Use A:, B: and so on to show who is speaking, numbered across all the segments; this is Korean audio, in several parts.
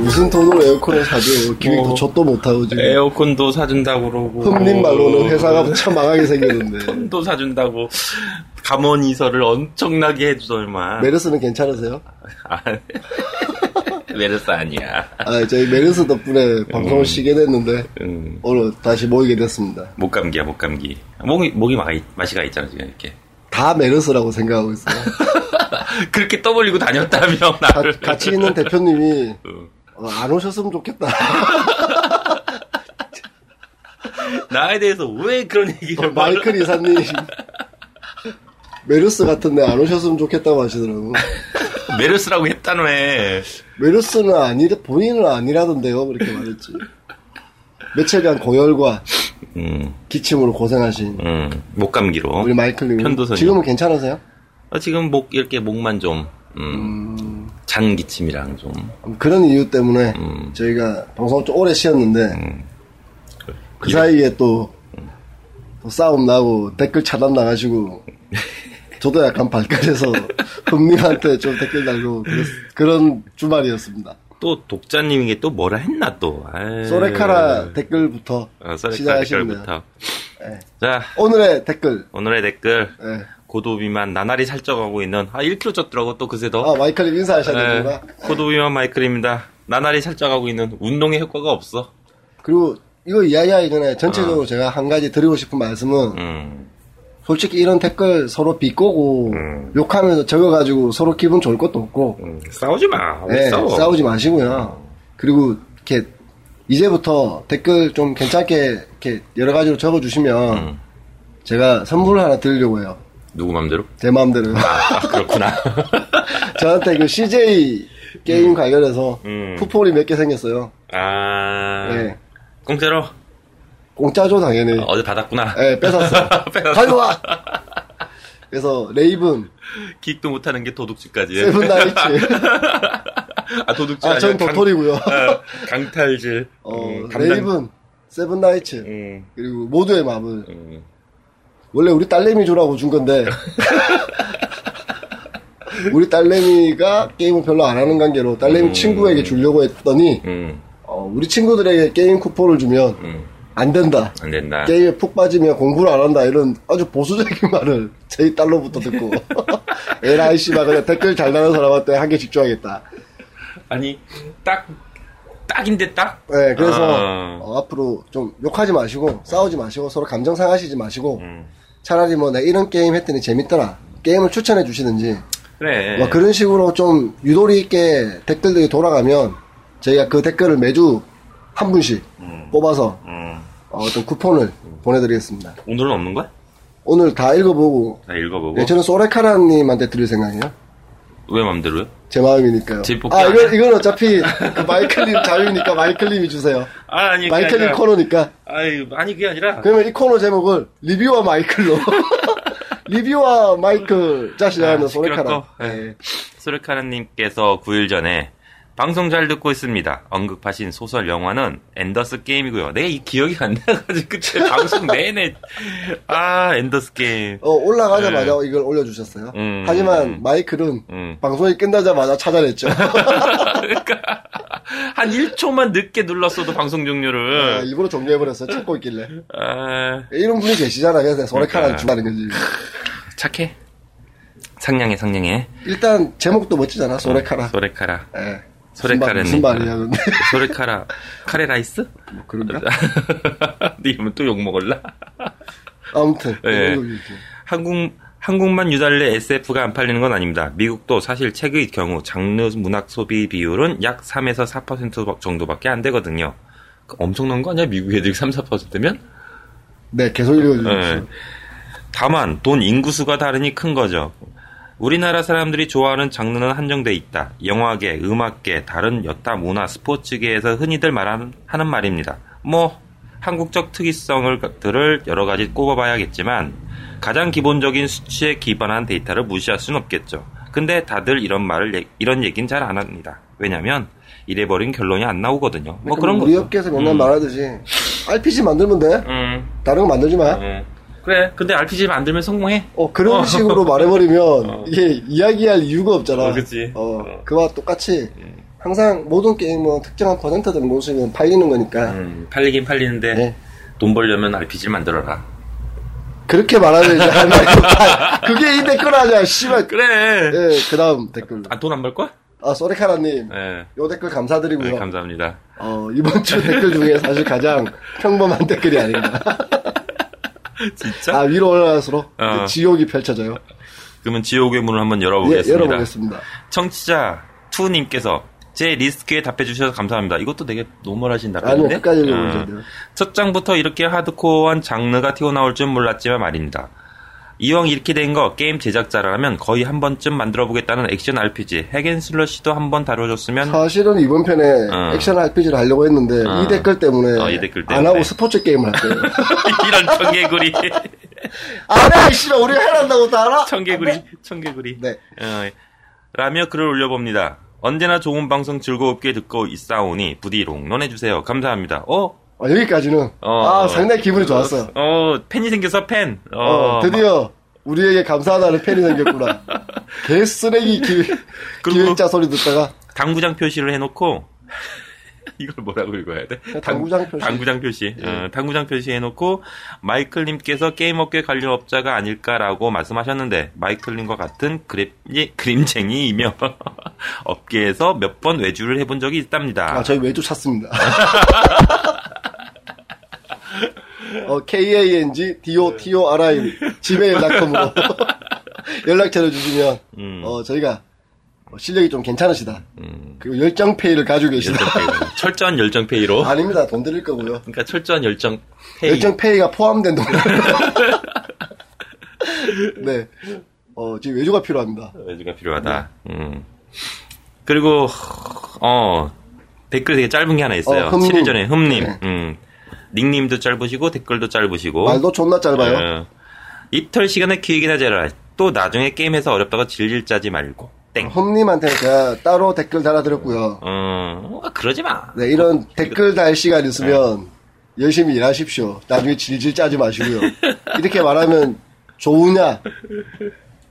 A: 무슨 돈으로 에어컨을 사줘. 기획도
B: 뭐,
A: 젖도 못하고 지금.
B: 에어컨도 어. 사준다고 그러고
A: 흠님 말로는 회사가 참 망하게 생겼는데.
B: 도 사준다고 감원 이사를 엄청나게 해주더만
A: 메르스는 괜찮으세요?
B: 아, 메르스 아니야
A: 아, 저희 메르스 덕분에 방송을 쉬게 됐는데,
B: 음,
A: 오늘 다시 모이게 됐습니다.
B: 목감기야 목감기 목이 목이 마이, 맛이 가 있잖아 지금 이렇게
A: 다 메르스라고 생각하고 있어요.
B: 그렇게 떠벌리고 다녔다며
A: 가-
B: 나를
A: 같이 있는 대표님이
B: 어.
A: 어, 안 오셨으면 좋겠다.
B: 나에 대해서 왜 그런 얘기를 말을
A: 어, 마이클 이사님. 메르스 같은데 안 오셨으면 좋겠다고 하시더라고.
B: 메르스라고 했다며
A: 메르스는 아니, 본인은 아니라던데요. 그렇게 말했지. 며칠간 고열과
B: 음,
A: 기침으로 고생하신
B: 음, 목감기로
A: 우리 마이클님.
B: 편도선이요.
A: 지금은 괜찮으세요?
B: 아, 지금 목 이렇게 목만 좀 음,
A: 음,
B: 잔기침이랑 좀
A: 그런 이유 때문에
B: 음.
A: 저희가 방송을 좀 오래 쉬었는데,
B: 음.
A: 그 사이에 또, 또 싸움 나고 댓글 차단 나가시고 저도 약간 발끈해서 금님한테 좀 댓글 달고 그런 주말이었습니다.
B: 또 독자님에게 또 뭐라 했나 또 아이.
A: 소레카라 댓글부터
B: 어, 예. 소레카라
A: 시작하시면 돼요.
B: 댓글부터
A: 예.
B: 자
A: 오늘의 댓글.
B: 오늘의 댓글
A: 예.
B: 고도비만 나날이 살쪄가고 있는 아 1kg 쪘더라고 또 그새도
A: 아 마이클님 인사하셔야
B: 네.
A: 되는구나.
B: 고도비만 마이클입니다 나날이 살쪄가고 있는 운동의 효과가 없어
A: 그리고 이거 이야기하기 전에
B: 아.
A: 전체적으로 제가 한 가지 드리고 싶은 말씀은
B: 음,
A: 솔직히 이런 댓글 서로 비꼬고
B: 음.
A: 욕하면서 적어가지고 서로 기분 좋을 것도 없고
B: 음, 싸우지 마
A: 예,
B: 왜 싸워
A: 싸우지 마시고요. 그리고 이렇게 이제부터 댓글 좀 괜찮게 이렇게 여러 가지로 적어주시면
B: 음.
A: 제가 선물을 하나 드리려고 해요.
B: 누구 맘대로
A: 제 마음대로.
B: 아 그렇구나
A: 저한테 그 CJ 게임 관련해서
B: 음.
A: 쿠폰이 몇 개 생겼어요.
B: 아
A: 예.
B: 공짜로 아,
A: 공짜죠 당연히.
B: 어제 받았구나
A: 예, 뺏었어요.
B: 뺏었어.
A: 가져와. 그래서 레이븐,
B: 기익도 못하는 게 도둑질까지
A: 세븐나이츠,
B: 아 도둑질
A: 아, 전
B: 아니라 강-
A: 도토리고요.
B: 아, 강탈질
A: 어,
B: 음, 담당-
A: 레이븐, 세븐나이츠,
B: 음,
A: 그리고 모두의 마블.
B: 음.
A: 원래 우리 딸내미 주라고 준 건데 우리 딸내미가 게임을 별로 안 하는 관계로 딸내미 친구에게 주려고 했더니
B: 음,
A: 어, 우리 친구들에게 게임 쿠폰을 주면
B: 음. 아.
A: 안 된다.
B: 안 된다.
A: 게임에 푹 빠지면 공부를 안 한다 이런 아주 보수적인 말을 제 딸로부터 듣고 에라이 씨발 그냥 댓글 잘 다는 사람한테 한 개 집중하겠다.
B: 아니, 딱, 딱인데 딱?
A: 네, 그래서
B: 아.
A: 어, 앞으로 좀 욕하지 마시고 싸우지 마시고 서로 감정 상하시지 마시고
B: 음.
A: 차라리 뭐 나 이런 게임 했더니 재밌더라 게임을 추천해 주시든지
B: 그래.
A: 뭐 그런 식으로 좀 유도리 있게 댓글들이 돌아가면 저희가 그 댓글을 매주 한 분씩 뽑아서
B: 음.
A: 어, 어떤 쿠폰을 보내드리겠습니다.
B: 오늘은 없는 거야?
A: 오늘 다 읽어보고
B: 다 읽어보고.
A: 예, 저는 소레카라님한테 드릴 생각이에요.
B: 왜 맘대로요?
A: 제 마음이니까요.
B: 집 뽑기
A: 아 이건
B: 아니야?
A: 이건 어차피 그 마이클님 자유니까 마이클님이 주세요.
B: 아, 아니, 그게
A: 마이클님
B: 아니라-
A: 코너니까
B: 아니, 아니, 그게 아니라.
A: 그러면 이 코너 제목을 리뷰와 마이클로 리뷰와 마이클 자시라는
B: 아, 시끄럽고.
A: 그- 소레카라.
B: 예. 소르카라님께서 9일 전에 방송 잘 듣고 있습니다. 언급하신 소설 영화는 엔더스 게임이고요. 내가 이 기억이 안 나가지고 그때 방송 내내 아 엔더스 게임.
A: 어, 올라가자마자 이걸 올려주셨어요.
B: 네. 음.
A: 하지만 마이클은
B: 음.
A: 방송이 끝나자마자 찾아냈죠.
B: 그러니까 한 1초만 늦게 눌렀어도 방송
A: 아,
B: 종료를.
A: 일부러 종료해버렸어요. 찾고 있길래.
B: 아,
A: 이런 분이 계시잖아. 그래서 소레카라
B: 그러니까.
A: 주라는 거지.
B: 착해. 상냥해 상냥해.
A: 일단 제목도 멋지잖아. 소레카라.
B: 소레카라.
A: 예.
B: 소레카라는
A: 무슨 말- 무슨 말이야, 근데.
B: 소레카라 카레 라이스?
A: 뭐 그런가?
B: 네 이러면 또 욕 먹을라.
A: 아무튼.
B: 예.
A: 이런 거 이렇게.
B: 한국 한국만 유달리 SF가 안 팔리는 건 아닙니다. 미국도 사실 책의 경우 장르 문학 소비 비율은 약 3에서 4% 정도밖에 안 되거든요. 그 엄청난 거 아니야? 미국 애들이 3, 4%면?
A: 네, 계속 읽어주세요.
B: 예. 다만 돈 인구수가 다르니 큰 거죠. 우리나라 사람들이 좋아하는 장르는 한정돼 있다. 영화계, 음악계, 다른 여타 문화, 스포츠계에서 흔히들 말하는 하는 말입니다. 뭐 한국적 특이성을 들을 여러 가지 꼽아봐야겠지만 가장 기본적인 수치에 기반한 데이터를 무시할 수는 없겠죠. 근데 다들 이런 말을 얘- 이런 얘긴 잘 안 합니다. 왜냐면 이래버린 결론이 안 나오거든요. 뭐 그런
A: 그러니까 우리
B: 거죠.
A: 업계에서 맨날
B: 음.
A: 말하듯이 RPG 만들면 돼.
B: 음,
A: 다른 거 만들지 마.
B: 음. 그래. 근데 RPG 만들면 성공해.
A: 어, 그런 식으로 말해버리면 이게 이야기할 이유가 없잖아.
B: 어, 그치.
A: 어,
B: 어.
A: 그와 똑같이 항상 모든 게임은 특정한 퍼센트들 모으시면 팔리는 거니까
B: 음, 팔리긴 팔리는데
A: 네.
B: 돈 벌려면 RPG를 만들어라.
A: 그렇게 말하면 이제 할 말이 없다. 그게 이 댓글 아니야, 씨발.
B: 그래.
A: 예, 그 다음 댓글.
B: 아, 돈 안 벌 거야?
A: 아, 소리카라님.
B: 예.
A: 요 댓글
B: 네,
A: 감사드리고요.
B: 감사합니다.
A: 어, 이번 주 댓글 중에 사실 가장 평범한 댓글이 아닌가.
B: 진짜?
A: 아, 위로 올라갈수록 이제
B: 어.
A: 지옥이 펼쳐져요.
B: 그러면 지옥의 문을 한번
A: 예,
B: 열어보겠습니다.
A: 열어보겠습니다.
B: 청취자 투님께서 제 리스크에 답해주셔서 감사합니다. 이것도 되게 노멀하신
A: 아니요,
B: 답변인데?
A: 끝까지
B: 음.
A: 읽어보세요.
B: 첫 장부터 이렇게 하드코어한 장르가 튀어나올 줄 몰랐지만 말입니다. 이왕 이렇게 된 거 게임 제작자라면 거의 한 번쯤 만들어보겠다는 액션 RPG 핵앤슬러시도 한 번 다뤄줬으면
A: 사실은 이번 편에
B: 어.
A: 액션 RPG를 하려고 했는데,
B: 어.
A: 이 댓글 때문에,
B: 어, 이 댓글
A: 안
B: 때문에.
A: 하고 스포츠 게임을 할 거예요.
B: 이런 청개구리
A: 알아, 씨발, 우리가 해란다고 다 알아?
B: 청개구리 청개구리
A: 네.
B: 어, 라며 글을 올려봅니다. 언제나 좋은 방송 즐거웠게 듣고 있사오니 부디 롱런해주세요. 감사합니다. 어?
A: 아, 여기까지는.
B: 어.
A: 아, 상당히 기분이 좋았어.
B: 어 팬이 생겨서 팬. 어,
A: 어, 드디어 우리에게 감사하다는 팬이 생겼구나. 개 쓰레기 기,
B: 그리고-
A: 기획자 소리 듣다가
B: 당구장 표시를 해놓고 이걸 뭐라고 읽어야 돼?
A: 네, 당구장
B: 당-
A: 표시. 예.
B: 당구장 표시. 어, 당구장 표시 해놓고 마이클님께서 게임업계 관련업자가 아닐까라고 말씀하셨는데 마이클님과 같은 예, 그림 그림쟁이이며 업계에서 몇 번 외주를 해본 적이 있답니다.
A: 아, 저희 외주 찾습니다. 어,
B: 네.
A: KANGDOTORI gmail.com으로 연락처를 주시면
B: 음.
A: 어, 저희가 어, 실력이 좀 괜찮으시다.
B: 음,
A: 그리고 열정페이를 가지고 계시다.
B: 열정 페이로. 철저한 열정 페이로.
A: 아닙니다. 돈 드릴 거고요.
B: 그러니까 철저한 열정 페이.
A: 열정페이가 포함된 돈. 네. 어, 지금 외주가 필요합니다.
B: 외주가 필요하다. 음. 그리고 어 댓글 되게 짧은 게 하나 있어요.
A: 어, 흠님.
B: 7일 전에 흠님,
A: 네.
B: 음. 닉님도 짧으시고 댓글도 짧으시고
A: 말도 존나 짧아요.
B: 어, 입털 시간에 기획이나 재라. 또 나중에 게임해서 어렵다고 질질 짜지 말고 땡.
A: 홈님한테 제가 따로 댓글 달아드렸고요.
B: 어, 어, 네. 그러지 마.
A: 네, 이런 댓글 달 시간 있으면 열심히 일하십시오. 나중에 질질 짜지 마시고요. 이렇게 말하면 좋으냐?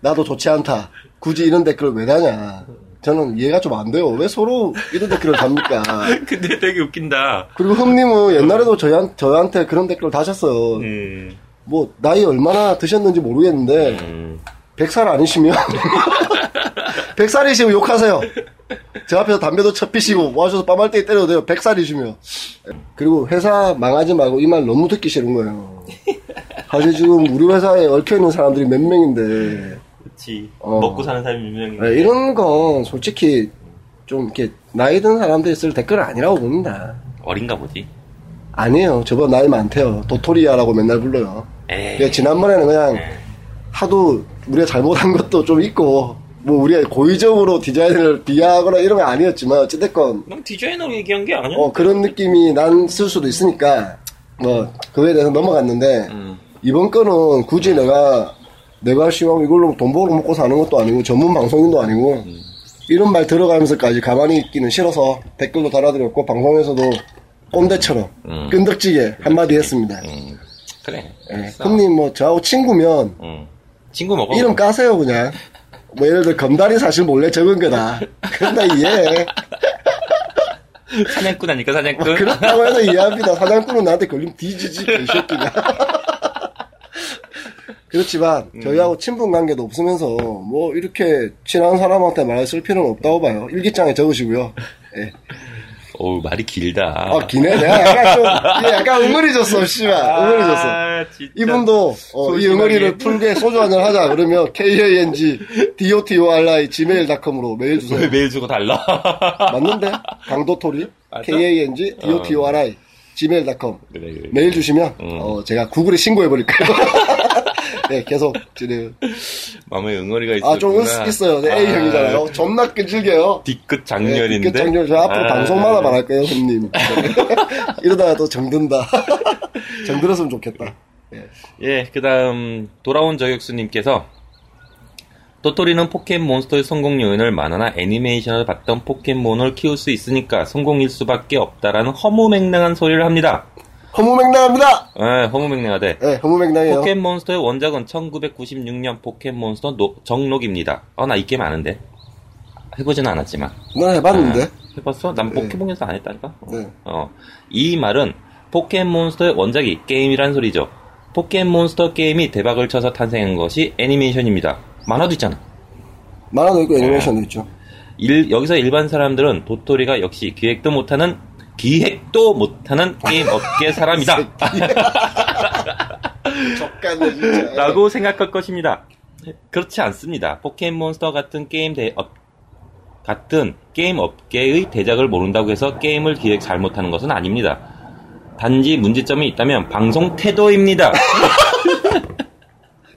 A: 나도 좋지 않다. 굳이 이런 댓글을 왜 다냐? 저는 이해가 좀 안 돼요. 왜 서로 이런 댓글을 답니까?
B: 근데 되게 웃긴다.
A: 그리고 흠님은 옛날에도 저희한, 저희한테 그런 댓글을 다셨어요.
B: 음,
A: 뭐, 나이 얼마나 드셨는지 모르겠는데,
B: 음.
A: 100살 아니시면 100살이시면 욕하세요. 제 앞에서 담배도 쳐 피시고 와셔서 빠말때 때려도 돼요. 100살이시면. 그리고 회사 망하지 말고 이 말 너무 듣기 싫은 거예요. 사실 지금 우리 회사에 얽혀있는 사람들이 몇 명인데
B: 그렇지.
A: 어.
B: 먹고 사는 사람이 유명해.
A: 네, 이런 건 솔직히 좀 이렇게 나이 든 사람들이 쓸 댓글은 아니라고 봅니다.
B: 어린가 보지.
A: 아니에요. 저보다 나이 많대요. 도토리야라고 맨날 불러요.
B: 에이.
A: 그러니까 지난번에는
B: 예.
A: 그냥 하도 우리가 잘못한 것도 좀 있고 뭐 우리가 고의적으로 디자인을 비하하거나 이런 건 아니었지만 어찌됐건
B: 넌 디자이너로 얘기한 게 아니야.
A: 어, 그런 느낌이 난 쓸 수도 있으니까 뭐 그거에 대해서 넘어갔는데
B: 음.
A: 이번 거는 굳이 내가 내가 시험 이걸로 돈 벌어 먹고 사는 것도 아니고 전문 방송인도 아니고
B: 음.
A: 이런 말 들어가면서까지 가만히 있기는 싫어서 댓글도 달아드렸고 방송에서도 꼰대처럼
B: 음.
A: 끈덕지게 한마디 했습니다.
B: 음, 그래.
A: 예,
B: 알았어.
A: 형님 뭐 저하고 친구면
B: 음. 친구 먹어.
A: 어. 이름 까세요 그냥 뭐 예를 들어 검달이 사실 몰래 적은 거다 그럼 나 이해해
B: 사냥꾼 아닐까 사냥꾼?
A: 그렇다고 해서 이해합니다 사장꾼은 나한테 걸리면 뒤지지 개새끼가 그렇지만
B: 음.
A: 저희하고 친분 관계도 없으면서 뭐 이렇게 친한 사람한테 말했을 필요는 없다고 봐요 일기장에 적으시고요 예.
B: 어우 말이 길다.
A: 아 기네 내가 약간 좀 이게 약간 응어리졌어 씨발 응어리졌어
B: 아, 진짜.
A: 이분도 어, 이
B: 소심하게.
A: 응어리를 풀게 소주 한잔 하자 그러면 KANG DOTORI gmail.com으로 메일 주세요
B: 왜 메일 주고 달라?
A: 맞는데? 강도토리
B: 맞아? 어.
A: KANG DOTORI gmail.com
B: 그래, 그래.
A: 메일 주시면
B: 음.
A: 어, 제가 구글에 신고해 버릴 거예요. 네, 계속 지금
B: 마음에 응어리가 있어.
A: 아좀 있어요. 네, A 형이잖아요. 존나 끈질겨요.
B: 뒤끝
A: 네,
B: 장렬인데.
A: 끝장렬. 저 앞으로
B: 아,
A: 방송마다 말할 거예요, 형님. 이러다가 또 정든다. 정들었으면 좋겠다.
B: 예, 그다음 돌아온 저격수님께서 도토리는 포켓몬스터의 성공 요인을 만화나 애니메이션을 봤던 포켓몬을 키울 수 있으니까 성공일 수밖에 없다라는 허무맹랑한 소리를 합니다.
A: 허무맹랑합니다.
B: 예, 허무맹랑하대.
A: 네, 허무맹랑해요.
B: 포켓몬스터의 아, 원작은 1996년 포켓몬스터 노- 정록입니다. 어, 나 이 게임 아는데. 해보지는 않았지만.
A: 난 해봤는데.
B: 아, 해봤어? 난
A: 네.
B: 포켓몬에서 안 했다니까. 어.
A: 네.
B: 어. 이 말은 포켓몬스터의 원작이 게임이란 소리죠. 포켓몬스터 게임이 대박을 쳐서 탄생한 것이 애니메이션입니다. 만화도 있잖아.
A: 만화도 있고
B: 아.
A: 애니메이션도 있죠.
B: 일- 여기서 일반 사람들은 도토리가 역시 기획도 못하는 기획도 못하는 게임 업계 사람이다.
A: 적간이 진짜.
B: 라고 생각할 것입니다. 그렇지 않습니다. 포켓몬스터 같은 게임 대, 업, 같은 게임 업계의 대작을 모른다고 해서 게임을 기획 잘못하는 것은 아닙니다. 단지 문제점이 있다면 방송 태도입니다.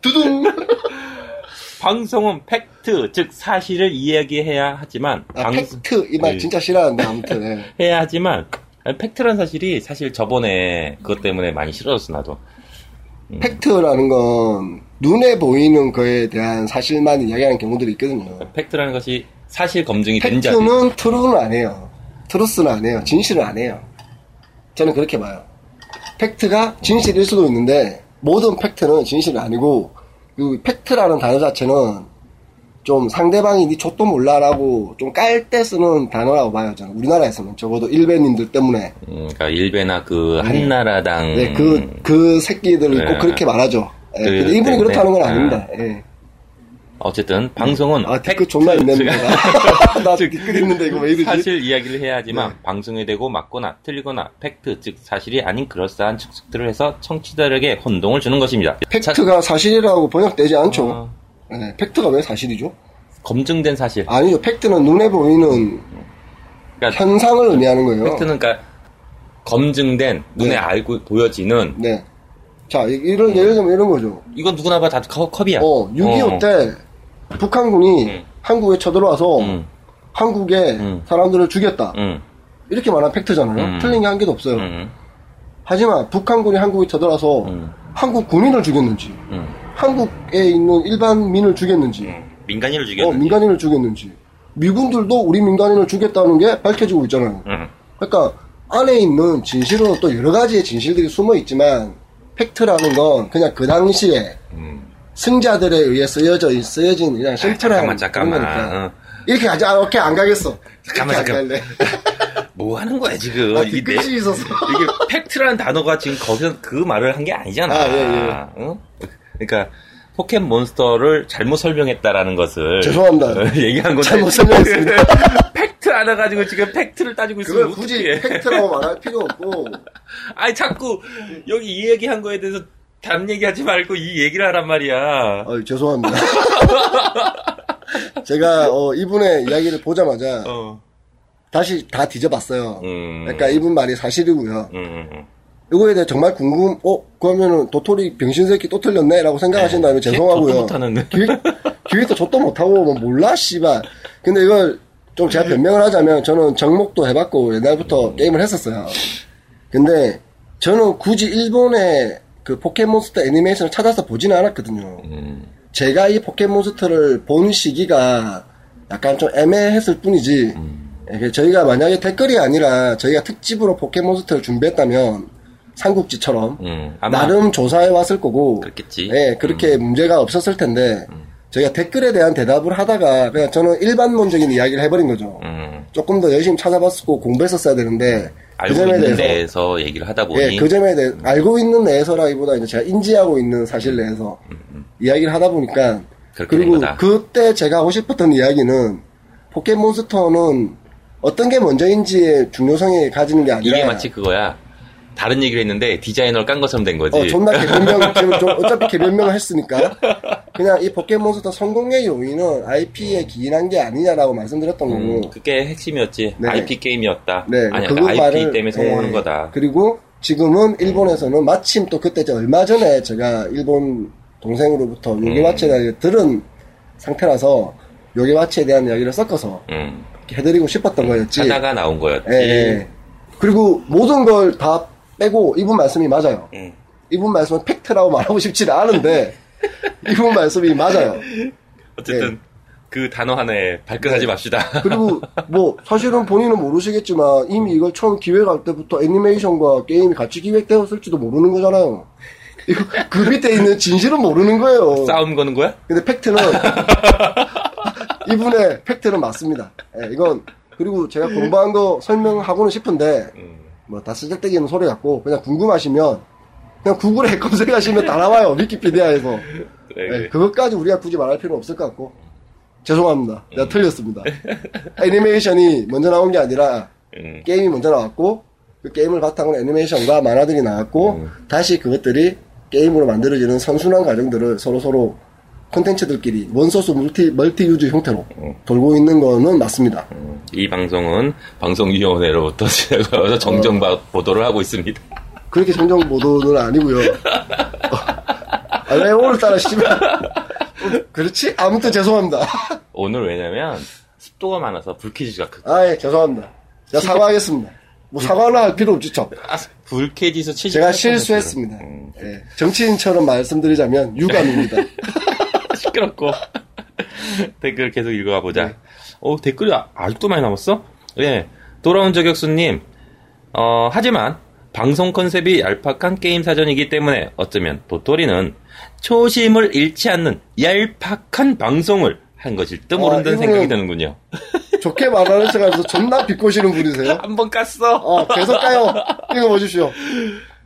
A: 두둥!
B: 방송은 팩트, 즉 사실을 이야기해야 하지만
A: 아,
B: 방-
A: 팩트. 이 말
B: 네.
A: 진짜 싫어하는데, 아무튼. 예.
B: 해야 하지만 아니, 팩트란 사실이 사실 저번에 그것 때문에 많이 싫어졌어 나도. 음.
A: 팩트라는 건 눈에 보이는 거에 대한 사실만 이야기하는 경우들이 있거든요.
B: 팩트라는 것이 사실 검증이 된 자리.
A: 팩트는 트루는 아니에요. 트루스는 아니에요. 진실은 아니에요. 저는 그렇게 봐요. 팩트가 진실일 수도 있는데 모든 팩트는 진실이 아니고 그 팩트라는 단어 자체는 좀 상대방이 니 족도 몰라라고 좀 깔 때 쓰는 단어라고 봐요. 저는 우리나라에서는 적어도 일베님들 때문에
B: 음, 그러니까 일베나 그 한나라당
A: 네, 그, 그 새끼들이
B: 음. 네.
A: 꼭 그렇게 말하죠. 예,
B: 그,
A: 근데 이분이
B: 네,
A: 그렇다는 건
B: 네.
A: 아닙니다. 예.
B: 어쨌든 방송은
A: 아,
B: 팩트,
A: 댓글 존나 있네.
B: 즉,
A: 내가. 나 댓글 있는데 이거 왜 이러지? 네.
B: 사실 이야기를 해야 하지만 방송에 대고 맞거나 틀리거나 팩트 즉 사실이 아닌 그럴싸한 추측들을 해서 청취자들에게 혼동을 주는 것입니다. 자,
A: 팩트가 사실이라고 번역되지 않죠.
B: 어,
A: 네, 팩트가 왜 사실이죠?
B: 검증된 사실.
A: 아니죠. 팩트는 눈에 보이는 아,
B: 그러니까
A: 현상을 의미하는 거예요.
B: 팩트는 그러니까 검증된
A: 그렇죠.
B: 눈에
A: 네.
B: 알고 보여지는
A: 네. 자, 이- 이런, 예를 들면 이런 거죠.
B: 이건 누구나 봐다 컵이야.
A: 어, 6.25 때 북한군이
B: 음.
A: 한국에 쳐들어와서
B: 음,
A: 한국의
B: 음.
A: 사람들을 죽였다.
B: 음,
A: 이렇게 말한 팩트잖아요.
B: 음.
A: 틀린 게 한 개도 없어요.
B: 음,
A: 하지만 북한군이 한국에 쳐들어와서
B: 음,
A: 한국 군인을 죽였는지,
B: 음.
A: 한국에 있는 일반민을 죽였는지,
B: 민간인을
A: 어,
B: 죽였는데.
A: 민간인을 죽였는지, 미군들도 우리 민간인을 죽였다는 게 밝혀지고 있잖아요.
B: 음,
A: 그러니까 안에 있는 진실은 또 여러 가지의 진실들이 숨어 있지만 팩트라는 건 그냥 그 당시에
B: 음.
A: 승자들에 의해 쓰여져 있- 쓰여진 그냥
B: 아,
A: 심플한
B: 잠깐만 잠깐만.
A: 그런 거니까.
B: 어.
A: 이렇게 가지 아 오케이 안 가겠어
B: 잠깐만,
A: 이렇게 안
B: 뭐 하는 거야 지금?
A: 갈래 아,
B: 이게 내-
A: 뒤끝이 있어서
B: 이게 팩트라는 단어가 지금 거기서 그 말을 한 게 아니잖아.
A: 아, 예,
B: 응? 그러니까 포켓몬스터를 잘못 설명했다라는 것을 어,
A: 죄송합니다.
B: 얘기한 건데
A: 잘못 설명했습니다.
B: 팩트 안 가지고 지금 팩트를 따지고
A: 그걸
B: 있으면
A: 굳이
B: 어떡해.
A: 팩트라고 말할 필요 없고
B: 아니 자꾸 여기 이 얘기한 거에 대해서 다른 얘기하지 말고 이 얘기를 하란 말이야.
A: 어, 죄송합니다 제가 어, 이분의 이야기를 보자마자
B: 어.
A: 다시 다 뒤져봤어요
B: 음.
A: 그러니까 이분 말이 사실이고요
B: 음.
A: 이거에 대해 정말 궁금, 어, 그러면은 도토리 병신 새끼 또 틀렸네? 라고 생각하신다면
B: 네,
A: 죄송하고요.
B: 기획도 못하는데.
A: 기획, 기획도 줬도 못하고, 뭐 몰라, 씨발. 근데 이걸 좀 제가 변명을 하자면 저는 정목도 해봤고 옛날부터 게임을 했었어요. 근데 저는 굳이 일본의 그 포켓몬스터 애니메이션을 찾아서 보지는 않았거든요.
B: 음.
A: 제가 이 포켓몬스터를 본 시기가 약간 좀 애매했을 뿐이지
B: 음.
A: 이게 저희가 만약에 댓글이 아니라 저희가 특집으로 포켓몬스터를 준비했다면 삼국지처럼
B: 음. 아마
A: 나름 조사해 왔을 거고
B: 그렇겠지. 음.
A: 예, 그렇게 문제가 없었을 텐데 저희가 댓글에 대한 대답을 하다가 그냥 저는 일반론적인 이야기를 해버린 거죠.
B: 음.
A: 조금 더 열심히 찾아봤고 공부했었어야 되는데
B: 알고 있는 데에서 얘기를 하다 보니
A: 그 예, 그 점에 대해 알고 있는 내에서라기보다 이제 제가 인지하고 있는 사실 내에서 이야기를 하다 보니까
B: 음, 그렇게 된
A: 그리고
B: 거다.
A: 그때 제가 하고 싶었던 이야기는 포켓몬스터는 어떤 게 먼저인지의 중요성이 가지는 게 아니라
B: 이게 마치 그거야. 다른 얘기를 했는데 디자이너를 깐 것처럼 된 거지.
A: 어, 존나 개변명, 지금 좀 어차피 개변명을 했으니까. 그냥 이 포켓몬스터 성공의 요인은 IP에 기인한 게 아니냐라고 말씀드렸던
B: 음,
A: 거고.
B: 그게 핵심이었지.
A: 네.
B: IP 게임이었다.
A: 네,
B: 아니,
A: 그
B: IP
A: 말을-
B: 때문에 성공하는
A: 예,
B: 거다. 예.
A: 그리고 지금은 일본에서는 마침 또 그때 제가 얼마 전에 제가 일본 동생으로부터
B: 예.
A: 요괴와치에 대한 이야기를 들은 상태라서 요괴와치에 대한 이야기를 섞어서
B: 음,
A: 해드리고 싶었던 거였지.
B: 하다가 나온 거였지.
A: 예, 예. 그리고 모든 걸 다 빼고 이분 말씀이 맞아요.
B: 음.
A: 이분 말씀은 팩트라고 말하고 싶진 않은데 이분 말씀이 맞아요.
B: 어쨌든
A: 네.
B: 그 단어 하나에 발끈하지 맙시다.
A: 그리고 뭐 사실은 본인은 모르시겠지만 이미 이걸 처음 기획할 때부터 애니메이션과 게임이 같이 기획되었을지도 모르는 거잖아요. 이거 그 밑에 있는 진실은 모르는 거예요.
B: 싸움 거는 거야?
A: 근데 팩트는 이분의 팩트는 맞습니다. 예, 이건 그리고 제가 공부한 거 설명하고는 싶은데
B: 음.
A: 뭐 다 쓰잘데기 있는 소리 같고 그냥 궁금하시면 그냥 구글에 검색하시면 다 나와요 위키피디아에서
B: 네.
A: 예, 그것까지 우리가 굳이 말할 필요는 없을 것 같고 죄송합니다 내가 틀렸습니다 애니메이션이 먼저 나온 게 아니라
B: 음.
A: 게임이 먼저 나왔고 그 게임을 바탕으로 애니메이션과 만화들이 나왔고 다시 그것들이 게임으로 만들어지는 선순환 과정들을 서로서로 콘텐츠들끼리 원소스 멀티, 멀티 유즈 형태로 돌고 있는 거는 맞습니다.
B: 이 방송은 방송위원회로부터 제가 정정 바- 보도를 하고 있습니다.
A: 그렇게 정정 보도는 아니고요. 아, 왜 오늘따라 씨발. 어, 그렇지? 아무튼 죄송합니다.
B: 오늘 왜냐면 습도가 많아서 불쾌지수가 크.
A: 아, 예, 죄송합니다. 제가 사과하겠습니다.
B: 예.
A: 뭐 사과나 할 필요 없죠, 저.
B: 아, 불쾌지수 70.
A: 제가 실수했습니다.
B: 음.
A: 예, 정치인처럼 말씀드리자면 유감입니다.
B: 시끄럽고. 댓글 계속 읽어가 보자. 어, 댓글이 아- 아직도 많이 남았어? 예. 돌아온 저격수님. 어, 하지만 방송 컨셉이 얄팍한 게임 사전이기 때문에 어쩌면 도토리는 초심을 잃지 않는 얄팍한 방송을 한 것일지 모른다는
A: 이분은-
B: 어, 생각이 드는군요.
A: 좋게 말하는 척하면서 존나 비꼬시는 분이세요.
B: 한 번 깠어.
A: 어, 계속 까요. 이거 보십시오.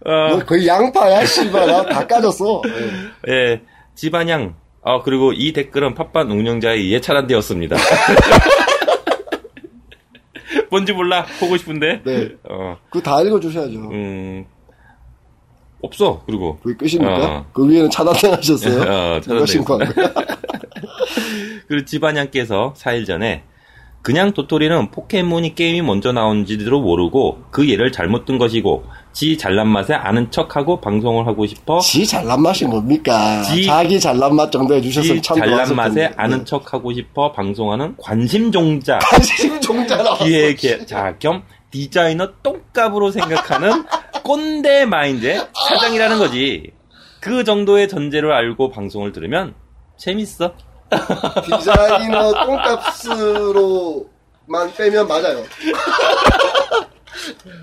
B: 아.
A: 너 거의 양파야, 씨발. 나다 까졌어. 예.
B: 예, 집안양. 아, 그리고 이 댓글은 팟빵 운영자에 의해 차단되었습니다. 뭔지 몰라. 보고 싶은데.
A: 네.
B: 어,
A: 그거 다 읽어주셔야죠.
B: 음, 없어. 그리고.
A: 그게 끝입니까?
B: 어.
A: 그 위에는 차단당하셨어요?
B: 어,
A: 누가 신고한 거야?
B: 그리고 집안양께서 4일 전에 그냥 도토리는 포켓몬이 게임이 먼저 나온지도 모르고 그 예를 잘못 든 것이고 지 잘난 맛에 아는 척하고 방송을 하고 싶어
A: 지 잘난 맛이 뭡니까?
B: 지-
A: 자기 잘난 맛 정도 해주셨으면
B: 지
A: 참
B: 잘난
A: 좋았을
B: 맛에
A: 텐데.
B: 아는
A: 네.
B: 척하고 싶어 방송하는 관심종자
A: 관심 종자 나왔어.
B: 기획 자겸 디자이너 똥값으로 생각하는 꼰대 마인드의 사장이라는 거지. 그 정도의 전제를 알고 방송을 들으면 재밌어.
A: 디자이너 똥값으로만 빼면 맞아요.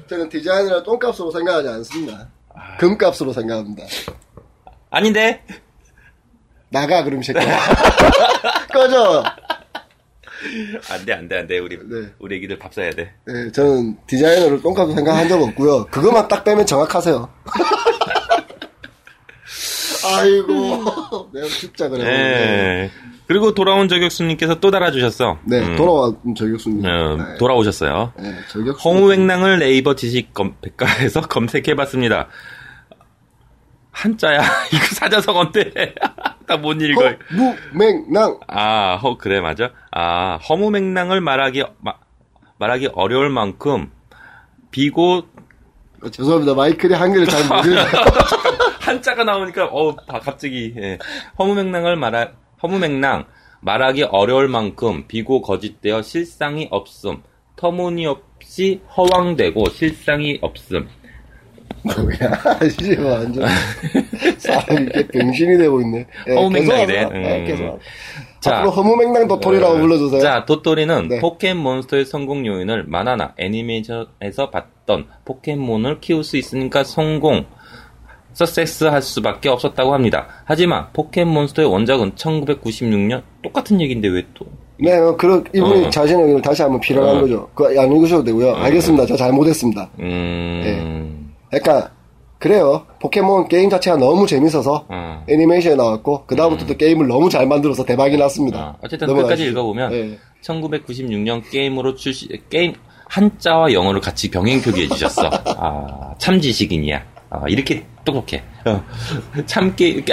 A: 저는 디자이너를 똥값으로 생각하지 않습니다. 금값으로 생각합니다.
B: 아닌데
A: 나가 그럼 이 새끼야. 꺼져.
B: 안돼 안돼 안돼 우리
A: 네.
B: 우리 애기들 밥 사야 돼.
A: 네, 저는 디자이너를 똥값으로 생각한 적 없고요. 그것만 딱 빼면 정확하세요. 아이고 내가 죽자 그래. 네,
B: 네. 그리고 돌아온 저격수님께서 또 달아주셨어. 음,
A: 돌아온 저격수님.
B: 음,
A: 네,
B: 돌아오셨어요.
A: 네, 저격수.
B: 허무횡랑을 네이버 지식 검백과에서 검색해봤습니다. 한자야 이거 사자성어인데 나 못 읽어.
A: 허무맹랑
B: 아, 허, 그래, 맞아. 아, 허무맹랑을 말하기, 마- 말하기 어려울 만큼, 비고,
A: 어, 죄송합니다. 마이클이 한글을 잘 모르는.
B: 한자가 나오니까, 어 갑자기, 예. 허무맹랑을 말하, 허무맹랑, 말하기 어려울 만큼, 비고 거짓되어 실상이 없음, 터무니없이 허황되고 실상이 없음.
A: 뭐야? 씨 완전 사람 이렇게 병신이 되고 있네. 예,
B: 허무맹랑이 돼.
A: 계속 하세요. 예,
B: 음.
A: 계속.
B: 자. 어,
A: 앞으로 허무맹랑 도토리라고 불러주세요.
B: 자, 도토리는
A: 네.
B: 포켓몬스터의 성공 요인을 만화나 애니메이션에서 봤던 포켓몬을 키울 수 있으니까 성공, 서섹스 할 수밖에 없었다고 합니다. 하지만 포켓몬스터의 원작은 1996년 똑같은 얘기인데 왜 또?
A: 네, 어, 그런 이분이
B: 어.
A: 자신의 의견을 다시 한번 필요한
B: 어.
A: 거죠. 그거 안 읽으셔도 되고요. 알겠습니다. 제가 잘못했습니다.
B: 음,
A: 그러니까 그래요. 포켓몬 게임 자체가 너무 재밌어서
B: 어.
A: 애니메이션에 나왔고 그 다음부터 또 게임을 너무 잘 만들어서 대박이 났습니다.
B: 어, 어쨌든
A: 넘어가시죠.
B: 끝까지 읽어보면
A: 예.
B: 1996년 게임으로 출시 게임 한자와 영어를 같이 병행 표기해 주셨어. 아, 참 지식인이야. 아, 이렇게 똑똑해. 어, 참 게,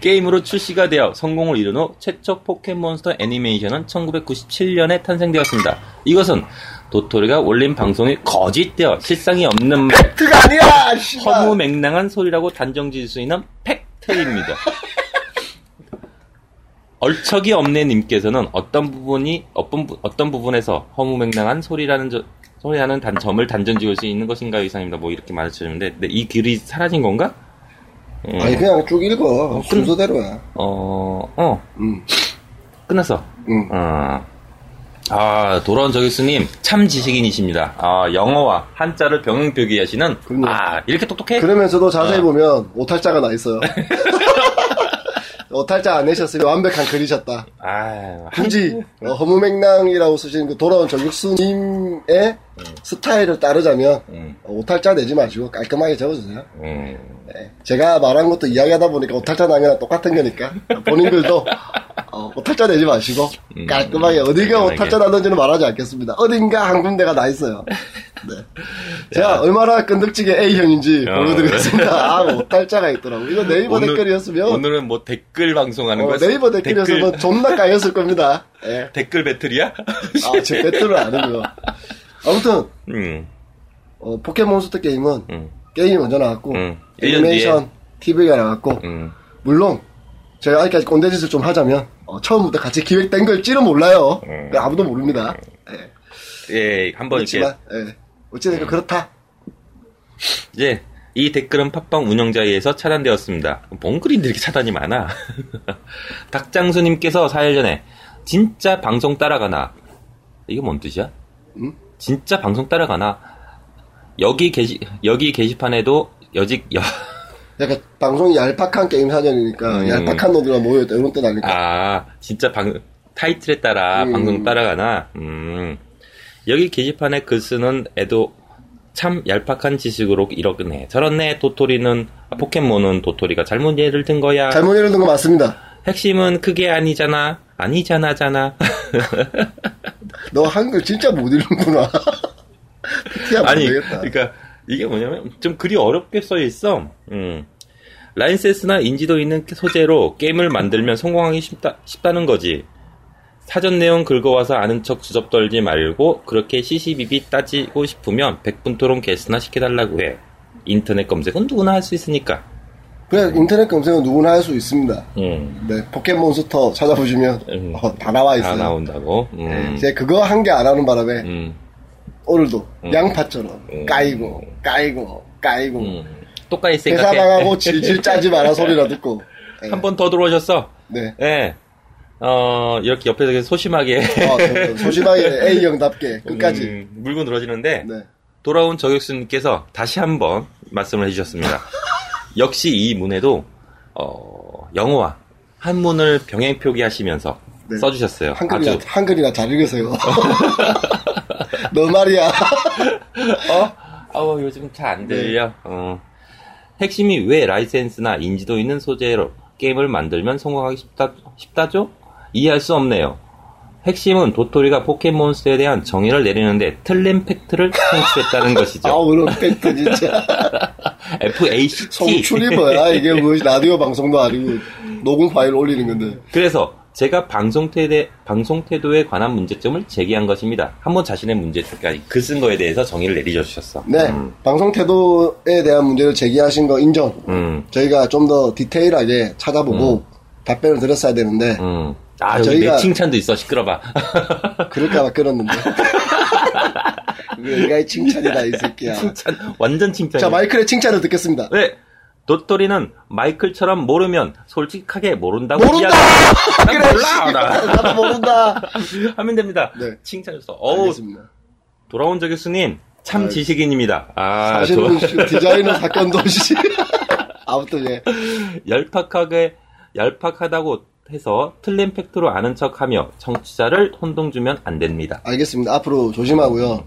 B: 게임으로 출시가 되어 성공을 이룬 후 최초 포켓몬스터 애니메이션은 1997년에 탄생되었습니다. 이것은 도토리가 올린 방송이 거짓되어 실상이 없는 말,
A: 그거 아니야. 씨발.
B: 허무맹랑한 소리라고 단정지을 수 있는 팩트입니다. 얼척이 없네 님께서는 어떤 부분이 어떤, 부- 어떤 부분에서 허무맹랑한 소리라는 저- 소리라는 단점을 단정지을 수 있는 것인가 이상입니다. 뭐 이렇게 말해주셨는데 근데 이 글이 사라진 건가? 음,
A: 아니 그냥 쭉 읽어. 순서대로야.
B: 어, 어,
A: 음,
B: 끝났어.
A: 음.
B: 어. 아, 돌아온 저기스님, 참 지식인이십니다. 아, 영어와 한자를 병행 표기하시는,
A: 그럼요.
B: 아, 이렇게 똑똑해?
A: 그러면서도 자세히 보면 오탈자가 나 있어요. 탈자 안 내셨으면 완벽한 글이셨다.
B: 아,
A: 굳이 어, 허무맹랑이라고 쓰시는 그 돌아온 정육수님의 스타일을 따르자면
B: 음.
A: 어, 오탈자 내지 마시고 깔끔하게 적어주세요.
B: 음.
A: 네. 제가 말한 것도 이야기하다 보니까 오탈자 나면 똑같은 거니까 본인 글도 어, 오탈자 내지 마시고 깔끔하게 어디가
B: 음, 깔끔하게.
A: 오탈자 나는지는 말하지 않겠습니다. 어딘가 한 군데가 나 있어요. 네. 제가 얼마나 끈덕지게 A형인지
B: 어.
A: 보여드리겠습니다. 아 오탈자가 있더라고. 이거 네이버
B: 오늘-
A: 댓글이었으면
B: 오늘은 뭐 댓글 방송하는
A: 어,
B: 거야?
A: 네이버 뭐 댓글이었으면
B: 댓글,
A: 존나 까였을 겁니다. 예.
B: 댓글 배틀이야?
A: 아, 제 배틀을 안 해요. 아무튼,
B: 음,
A: 어, 포켓몬스터 게임은
B: 음,
A: 게임이 먼저 나왔고,
B: 음. 일년 뒤에.
A: 애니메이션 TV가 나왔고,
B: 음.
A: 물론, 제가 아직까지 꼰대짓을 좀 하자면, 어, 처음부터 같이 기획된 걸지는 몰라요.
B: 음.
A: 그러니까 아무도 모릅니다. 예.
B: 예, 한번 이렇게
A: 그렇지만, 예. 어찌됐건 그렇다.
B: 이제 예, 이 댓글은 팟빵 운영자에 의해서 차단되었습니다. 뭔 글인데 이렇게 차단이 많아? 닭장수님께서 4일 전에 진짜 방송 따라가나 이게 뭔 뜻이야?
A: 응?
B: 진짜 방송 따라가나 여기 게시 여기 게시판에도 여직 여,
A: 약간, 방송이 얄팍한 게임 사전이니까,
B: 음.
A: 얄팍한 놈들만 모여있다, 이런 뜻 아닐까.
B: 아, 진짜 방, 타이틀에 따라
A: 음.
B: 방송 따라가나? 음. 여기 게시판에 글 쓰는 애도 참 얄팍한 지식으로 이러네. 저렇네, 도토리는, 아, 포켓몬은 도토리가 잘못 예를 든 거야.
A: 잘못 이르는 거 맞습니다.
B: 핵심은 그게 아니잖아. 아니잖아잖아.
A: 너 한글 진짜 못 읽는구나. 티야 못
B: 아니,
A: 되겠다.
B: 그러니까 이게 뭐냐면 좀 글이 어렵게 써 있어. 음. 라인센스나 인지도 있는 소재로 게임을 만들면 성공하기 쉽다, 쉽다는 거지. 사전 내용 긁어와서 아는 척 주접 떨지 말고 그렇게 시시비비 따지고 싶으면 백분토론 게스트나 시켜달라고 해. 인터넷 검색은 누구나 할 수 있으니까.
A: 그냥 인터넷 검색은 누구나 할 수 있습니다.
B: 음.
A: 네, 포켓몬스터 찾아보시면
B: 음.
A: 어, 다 나와
B: 다
A: 있어요.
B: 나온다고. 음.
A: 네, 제가 그거 한 게 안 하는 바람에
B: 음.
A: 오늘도
B: 음.
A: 양파처럼
B: 음.
A: 까이고 까이고 까이고
B: 음. 똑같이
A: 대사
B: 생각해.
A: 나가고 질질 짜지 마라 소리나 듣고 네.
B: 한 번 더 들어오셨어.
A: 네.
B: 예. 어, 이렇게 옆에서 계속 소심하게.
A: 어, 저- 저 소심하게 A형답게 끝까지
B: 음, 물고 늘어지는데,
A: 네.
B: 돌아온 저격수님께서 다시 한번 말씀을 해주셨습니다. 역시 이 문에도, 어, 영어와 한문을 병행 표기하시면서
A: 네.
B: 써주셨어요.
A: 한글이나,
B: 아주,
A: 한글이나 잘 읽으세요 너 말이야
B: 어? 어, 요즘 잘 안 들려.
A: 네.
B: 어. 핵심이 왜 라이센스나 인지도 있는 소재로 게임을 만들면 성공하기 쉽다, 쉽다죠? 이해할 수 없네요. 핵심은 도토리가 포켓몬스터에 대한 정의를 내리는데 틀린 팩트를 창출했다는 것이죠.
A: 아 오늘 팩트 진짜
B: FACT.
A: 송출이 뭐야 이게 뭐 라디오 방송도 아니고 녹음 파일 올리는 건데
B: 그래서 제가 방송 태도에, 방송 태도에 관한 문제점을 제기한 것입니다. 한번 자신의 문제점까지 그러니까 글 쓴 거에 대해서 정의를 내리셔주셨어.
A: 네, 방송 태도에 대한 문제를 제기하신 거 인정.
B: 음,
A: 저희가 좀 더 디테일하게 찾아보고 답변을 드렸어야 되는데
B: 음. 아, 여기
A: 저희가-
B: 내 칭찬도 있어. 시끄러봐.
A: 그럴까봐 끊었는데. 이게 인간의 칭찬이다 이 새끼야.
B: 칭찬, 완전 칭찬.
A: 자 마이클의 칭찬을 듣겠습니다.
B: 네. 도토리는 마이클처럼 모르면 솔직하게 모른다고
A: 모른다!
B: 이야기- 난 몰라! 나.
A: 나도 모른다.
B: 하면 됩니다.
A: 네.
B: 칭찬해서 어우,
A: 알겠습니다.
B: 돌아온 저 교수님, 참 지식인입니다. 아,
A: 사실은
B: 좋아.
A: 디자이너 사건도 씨. 아무튼 예.
B: 얄팍하게 얄팍하다고 해서 틀린 팩트로 아는 척하며 청취자를 혼동주면 안 됩니다.
A: 알겠습니다. 앞으로 조심하고요.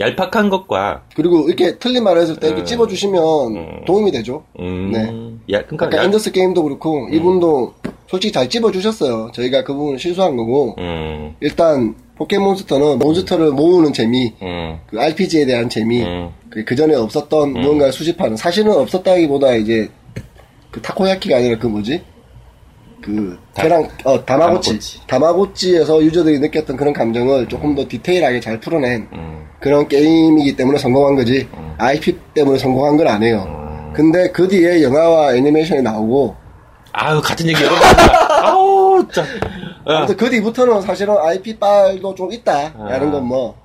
B: 얄팍한 것과
A: 그리고 이렇게 틀린 말을 했을 때 이렇게 찝어주시면 도움이 되죠.
B: 음, 야, 그러니까
A: 그러니까
B: 얄,
A: 앤더스 게임도 그렇고
B: 음.
A: 이분도 솔직히 잘 찝어주셨어요. 저희가 그 부분을 실수한 거고
B: 음,
A: 일단 포켓몬스터는 몬스터를 모으는 재미,
B: 음,
A: 그 RPG에 대한 재미,
B: 음.
A: 그 전에 없었던 무언가를 수집하는 사실은 없었다기보다 이제 그 타코야키가 아니라 그 뭐지? 그
B: 다-
A: 계란 어 다마고치
B: 다마고치.
A: 다마고치에서 유저들이 느꼈던 그런 감정을 조금 더 디테일하게 잘 풀어낸
B: 음,
A: 그런 게임이기 때문에 성공한 거지 IP 때문에 성공한 건
B: 음.
A: 아니에요. 근데 그 뒤에 영화와 애니메이션이 나오고
B: 아유 같은 얘기 여러 번 한다. 아우 참. 어,
A: 아무튼 그 뒤부터는 사실은 IP 빨도 좀 있다. 라는 건 뭐.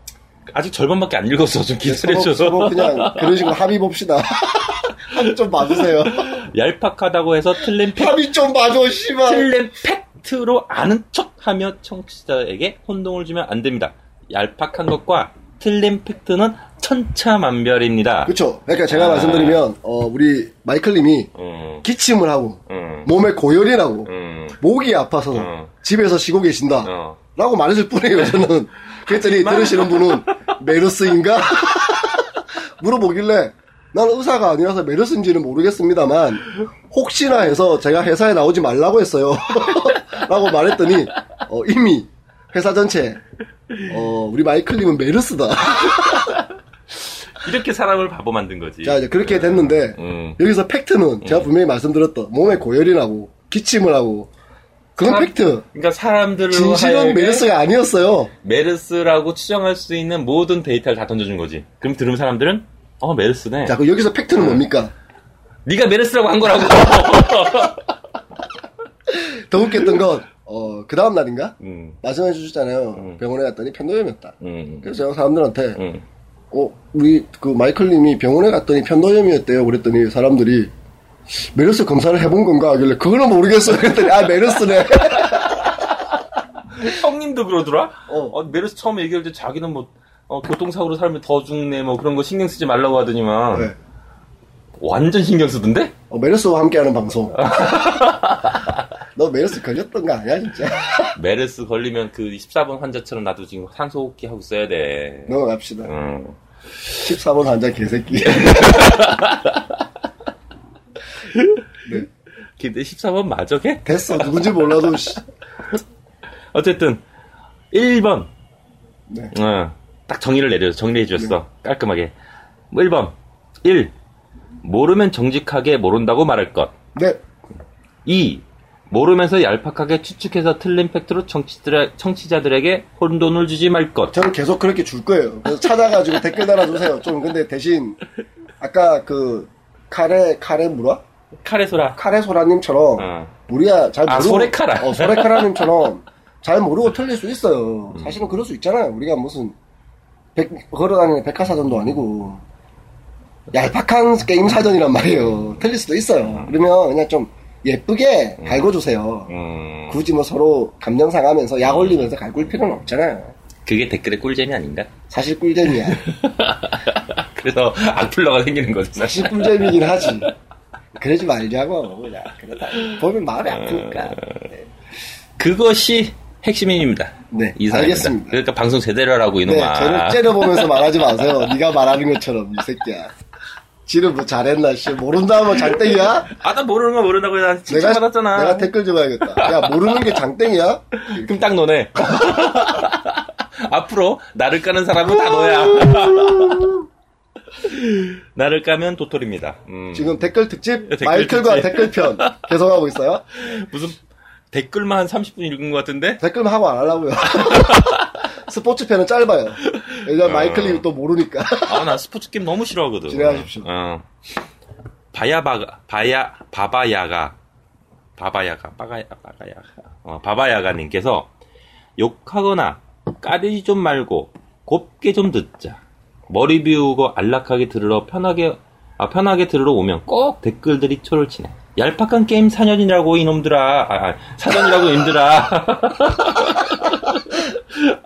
B: 아직 절반밖에 안 읽었어.
A: 서로,
B: 좀 음. 기다려줘서.
A: 서로 그냥 그런 식으로 합의 봅시다. 합의 좀 봐주세요.
B: 얄팍하다고 해서 틀린 팩
A: 합의 좀 봐줘, 씨발.
B: 틀린 팩트로 아는 척하며 청취자에게 혼동을 주면 안 됩니다. 얄팍한 것과 틀린 팩트는 천차만별입니다.
A: 그쵸. 그러니까 제가
B: 아.
A: 말씀드리면, 어, 우리 마이클님이
B: 음,
A: 기침을 하고,
B: 음,
A: 몸에 고열이 나고,
B: 음.
A: 목이 아파서
B: 어.
A: 집에서 쉬고 계신다.
B: 어.
A: 라고 말했을 뿐이에요, 저는. 그랬더니 들으시는 분은 메르스인가? 물어보길래 난 의사가 아니라서 메르스인지는 모르겠습니다만 혹시나 해서 제가 회사에 나오지 말라고 했어요. 라고 말했더니 어, 이미 회사 전체 어, 우리 마이클님은 메르스다.
B: 이렇게 사람을 바보 만든 거지.
A: 자, 이제 그렇게 됐는데
B: 음.
A: 여기서 팩트는 제가 분명히 말씀드렸던 몸에 고열이 나고 기침을 하고 그건
B: 사람-
A: 팩트.
B: 그러니까 사람들로
A: 진실은
B: 하여금
A: 메르스가 아니었어요.
B: 메르스라고 추정할 수 있는 모든 데이터를 다 던져준 거지. 그럼 들으면 사람들은 어 메르스네.
A: 자, 그럼 여기서
B: 예.
A: 팩트는 뭡니까?
B: 네가 메르스라고 한 거라고.
A: 더 웃겼던 건, 어, 그 다음 날인가?
B: 음,
A: 말씀해 주셨잖아요. 병원에 갔더니 편도염이었다.
B: 음,
A: 그래서 제가 사람들한테,
B: 음.
A: 어, 우리 그 마이클 님이 병원에 갔더니 편도염이었대요. 그랬더니 사람들이, 메르스 검사를 해본 건가? 하길래, 그거는 모르겠어요. 그랬더니, 아, 메르스네.
B: 형님도 그러더라.
A: 어.
B: 어, 메르스 처음 얘기할 때 자기는 뭐 어, 교통사고로 살면 더 죽네 뭐 그런 거 신경 쓰지 말라고 하더니만
A: 네.
B: 완전 신경 쓰던데?
A: 어, 메르스와 함께하는 방송. 너 메르스 걸렸던 거 아니야, 진짜?
B: 메르스 걸리면 그 14번 환자처럼 나도 지금 산소호흡기 하고 있어야 돼.
A: 넘어갑시다.
B: 음.
A: 14번 환자 개새끼.
B: 근데 14번 맞아 걔?
A: 됐어. 누군지 몰라도, 씨.
B: 어쨌든 1번
A: 네.
B: 어, 딱 정의를 내려 정리를 해주셨어 깔끔하게 뭐 1번 1 모르면 정직하게 모른다고 말할 것
A: 네.
B: 2. 모르면서 얄팍하게 추측해서 틀린 팩트로 청취들, 청취자들에게 혼돈을 주지 말 것.
A: 저는 계속 그렇게 줄 거예요. 그래서 찾아가지고 댓글 달아주세요. 좀 근데 대신 아까 그 카레 카레 무라
B: 카레소라.
A: 카레 소라님처럼
B: 어.
A: 우리야 잘
B: 아,
A: 모르고
B: 소레카라.
A: 어, 소레카라님처럼 잘 모르고 틀릴 수 있어요. 사실은 그럴 수 있잖아요. 우리가 무슨 백, 걸어다니는 백화사전도 아니고 얄팍한 게임 사전이란 말이에요. 틀릴 수도 있어요. 그러면 그냥 좀 예쁘게 갈궈주세요.
B: 음,
A: 굳이 뭐 서로 감정 상하면서 약 올리면서 갈굴 필요는 없잖아요.
B: 그게 댓글의 꿀잼이 아닌가?
A: 사실 꿀잼이야.
B: 그래서 악플러가 생기는 거죠, 사실.
A: 사실 꿀잼이긴 하지. 그러지 말자고 그냥 그러다 보면 마음이 아프니까. 네.
B: 그것이 핵심입니다.
A: 네,
B: 이상입니다.
A: 알겠습니다.
B: 그러니까 방송 제대로 하라고,
A: 네,
B: 이놈아.
A: 저를 째려보면서 말하지 마세요. 네가 말하는 것처럼 이 새끼야. 지는 뭐 잘했나 씨 모른다 면 장땡이야?
B: 아, 나 모르는 거 모른다고 해서
A: 내가
B: 칭찬받았잖아.
A: 내가 댓글 줘봐야겠다. 야 모르는 게 장땡이야?
B: 그럼 딱 너네. 앞으로 나를 까는 사람은 다 너야. 나를 까면 도토리입니다. 음.
A: 지금 댓글 특집
B: 댓글
A: 마이클과
B: 특집.
A: 댓글편 계속하고 있어요.
B: 무슨 댓글만 한 30분 읽은 것 같은데?
A: 댓글 하고 안 하려고요. 스포츠 편은 짧아요. 왜냐 면 마이클이 또 모르니까.
B: 아, 나 스포츠 게임 너무 싫어하거든.
A: 진행하십시오.
B: 어. 바야바가, 바야, 바바야가, 바바야가, 바가야, 바가야가, 어, 바바야가님께서 욕하거나 까대지 좀 말고 곱게 좀 듣자. 머리 비우고 안락하게 들으러 편하게, 아, 편하게 들으러 오면 꼭 댓글들이 초를 치네. 얄팍한 게임 사년이라고 이놈들아, 아, 아, 사전이라고 임들아.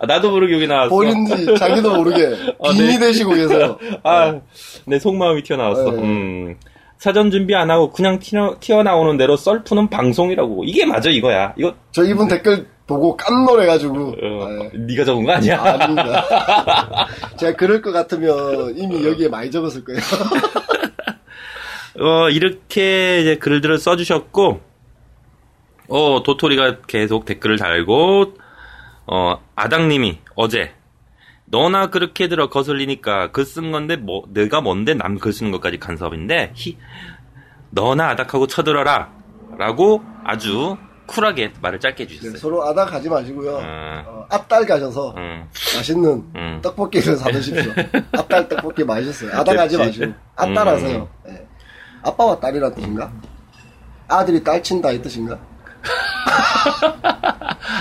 B: 아, 나도 모르게 여기 나왔어.
A: 본인이 자기도 모르게
B: 아,
A: 빈이
B: 네.
A: 되시고 계세요.
B: 아, 내 속마음이 튀어나왔어.
A: 네.
B: 음. 사전 준비 안 하고 그냥 튀어, 튀어나오는 대로 썰푸는 방송이라고. 이게 맞아, 이거야. 어, 이거,
A: 저 이분 댓글 보고 깜놀해가지고
B: 어,
A: 네.
B: 네가 적은 거 아니야?
A: 아, 아닙니다. 제가 그럴 것 같으면 이미
B: 예.
A: 여기에 많이 적었을 거예요.
B: 어, 이렇게 이제 글들을 써주셨고, 어, 도토리가 계속 댓글을 달고, 어, 아당님이 어제, 너나 그렇게 들어 거슬리니까 글 쓴 건데, 뭐, 내가 뭔데 남 글 쓰는 것까지 간섭인데, 히, 너나 아닥하고 쳐들어라. 라고 아주 쿨하게 말을 짧게
A: 네,
B: 해주셨어요.
A: 서로 아닥하지 마시고요.
B: 음.
A: 어, 앞달 가셔서
B: 음,
A: 맛있는
B: 음.
A: 떡볶이를 사드십시오. 앞달 떡볶이 맛있어요. 아닥하지
B: 그치.
A: 마시고
B: 음.
A: 앞달하세요. 네. 아빠와 딸이란 뜻인가? 아들이 딸 친다 이 뜻인가?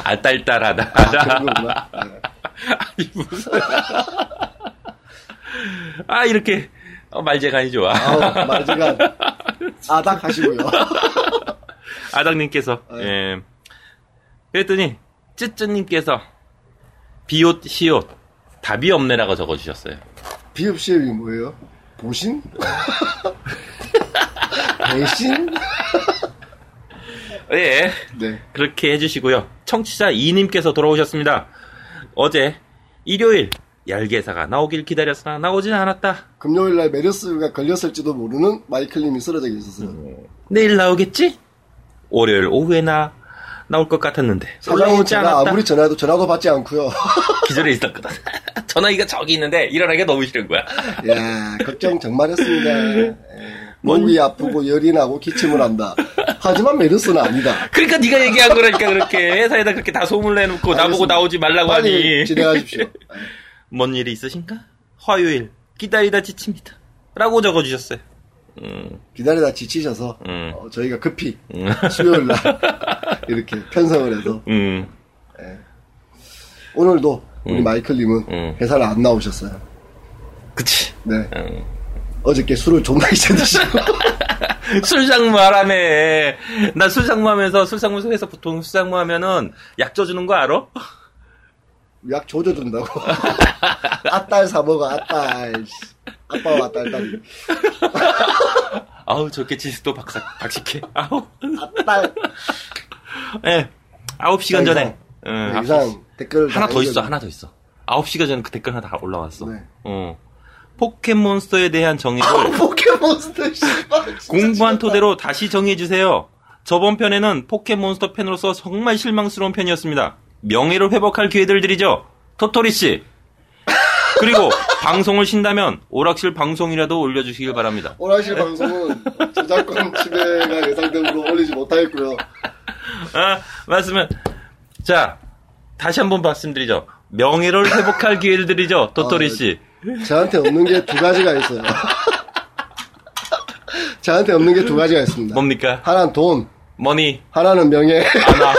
B: 아딸딸하다.
A: 아, 그런 거구나. 네.
B: 아니, 무슨. 아, 이렇게. 어, 말재간이 좋아.
A: 아우 말지간 아닥하시고요.
B: 아닥님께서 예. 그랬더니 쯔쯔님께서 비옷 시옷 답이 없네라고 적어주셨어요.
A: 비읍시음이 뭐예요? 보신? 배신?
B: 예.
A: 네.
B: 그렇게 해주시고요. 청취자 이님께서 돌아오셨습니다. 어제 일요일 얄개사가 나오길 기다렸으나 나오진 않았다.
A: 금요일날 메르스가 걸렸을지도 모르는 마이클님이 쓰러져 있었어요.
B: 음. 내일 나오겠지? 월요일 오후에나 나올 것 같았는데
A: 사장은
B: 올라오지
A: 제가
B: 않았다.
A: 아무리 전화해도 전화도 받지 않고요.
B: 기절해 있었거든. 전화기가 저기 있는데 일어나기가 너무 싫은 거야.
A: 야 예, 걱정 정말 했습니다. 예, 몸이 아프고 열이 나고 기침을 한다. 하지만 메르스는 아니다.
B: 그러니까 네가 얘기한 거라니까 그렇게 회사에다 그렇게 다 소문 내놓고 나보고
A: 알겠습니다.
B: 나오지 말라고
A: 빨리
B: 하니
A: 진행하십시오. 예.
B: 뭔 일이 있으신가? 화요일 기다리다 지칩니다. 라고 적어주셨어요. 음,
A: 기다리다 지치셔서
B: 음.
A: 어, 저희가 급히
B: 음.
A: 수요일날 이렇게 편성을 해서
B: 음,
A: 오늘도 우리 마이클님은
B: 음.
A: 회사를 안 나오셨어요.
B: 그치.
A: 네.
B: 음.
A: 어저께 술을 존나 이제 드시고
B: 술장무 하라며. 나 술장무 하면서, 술장무 속에서 보통 술장무 하면은 약줘 주는 거 알아?
A: 약 조져준다고. 아딸 사먹어, 아딸. 씨. 아빠와 아딸, 딸이.
B: 아우, 저렇게 지스도 박사, 박식해. 아우.
A: 아딸.
B: 예. 아홉 시간
A: 더
B: 전에.
A: 이상.
B: 응,
A: 네,
B: 아홉 시-
A: 이상 댓글을
B: 음. 하나
A: 다
B: 더 있어,
A: 읽어줘.
B: 하나 더 있어. 아홉 시간 전에 그 댓글 하나 다 올라왔어.
A: 네.
B: 어. 포켓몬스터에 대한 정의를
A: 포켓몬스터, 씨발. 진짜
B: 공부한 토대로 다시 정의해주세요. 저번 편에는 포켓몬스터 팬으로서 정말 실망스러운 편이었습니다. 명예를 회복할 기회를 드리죠. 토토리씨. 그리고 방송을 쉰다면 오락실 방송이라도 올려주시길 바랍니다.
A: 오라실 방송은 저작권 침해가 예상되므로 올리지 못하겠고요.
B: 아, 말씀은. 자, 다시 한번 말씀드리죠. 명예를 회복할 기회를 드리죠.
A: 아,
B: 토토리씨.
A: 네. 저한테 없는 게 두 가지가 있어요. 저한테 없는 게 두 가지가 있습니다.
B: 뭡니까?
A: 하나는 돈,
B: 머니,
A: 하나는 명예.
B: 아나.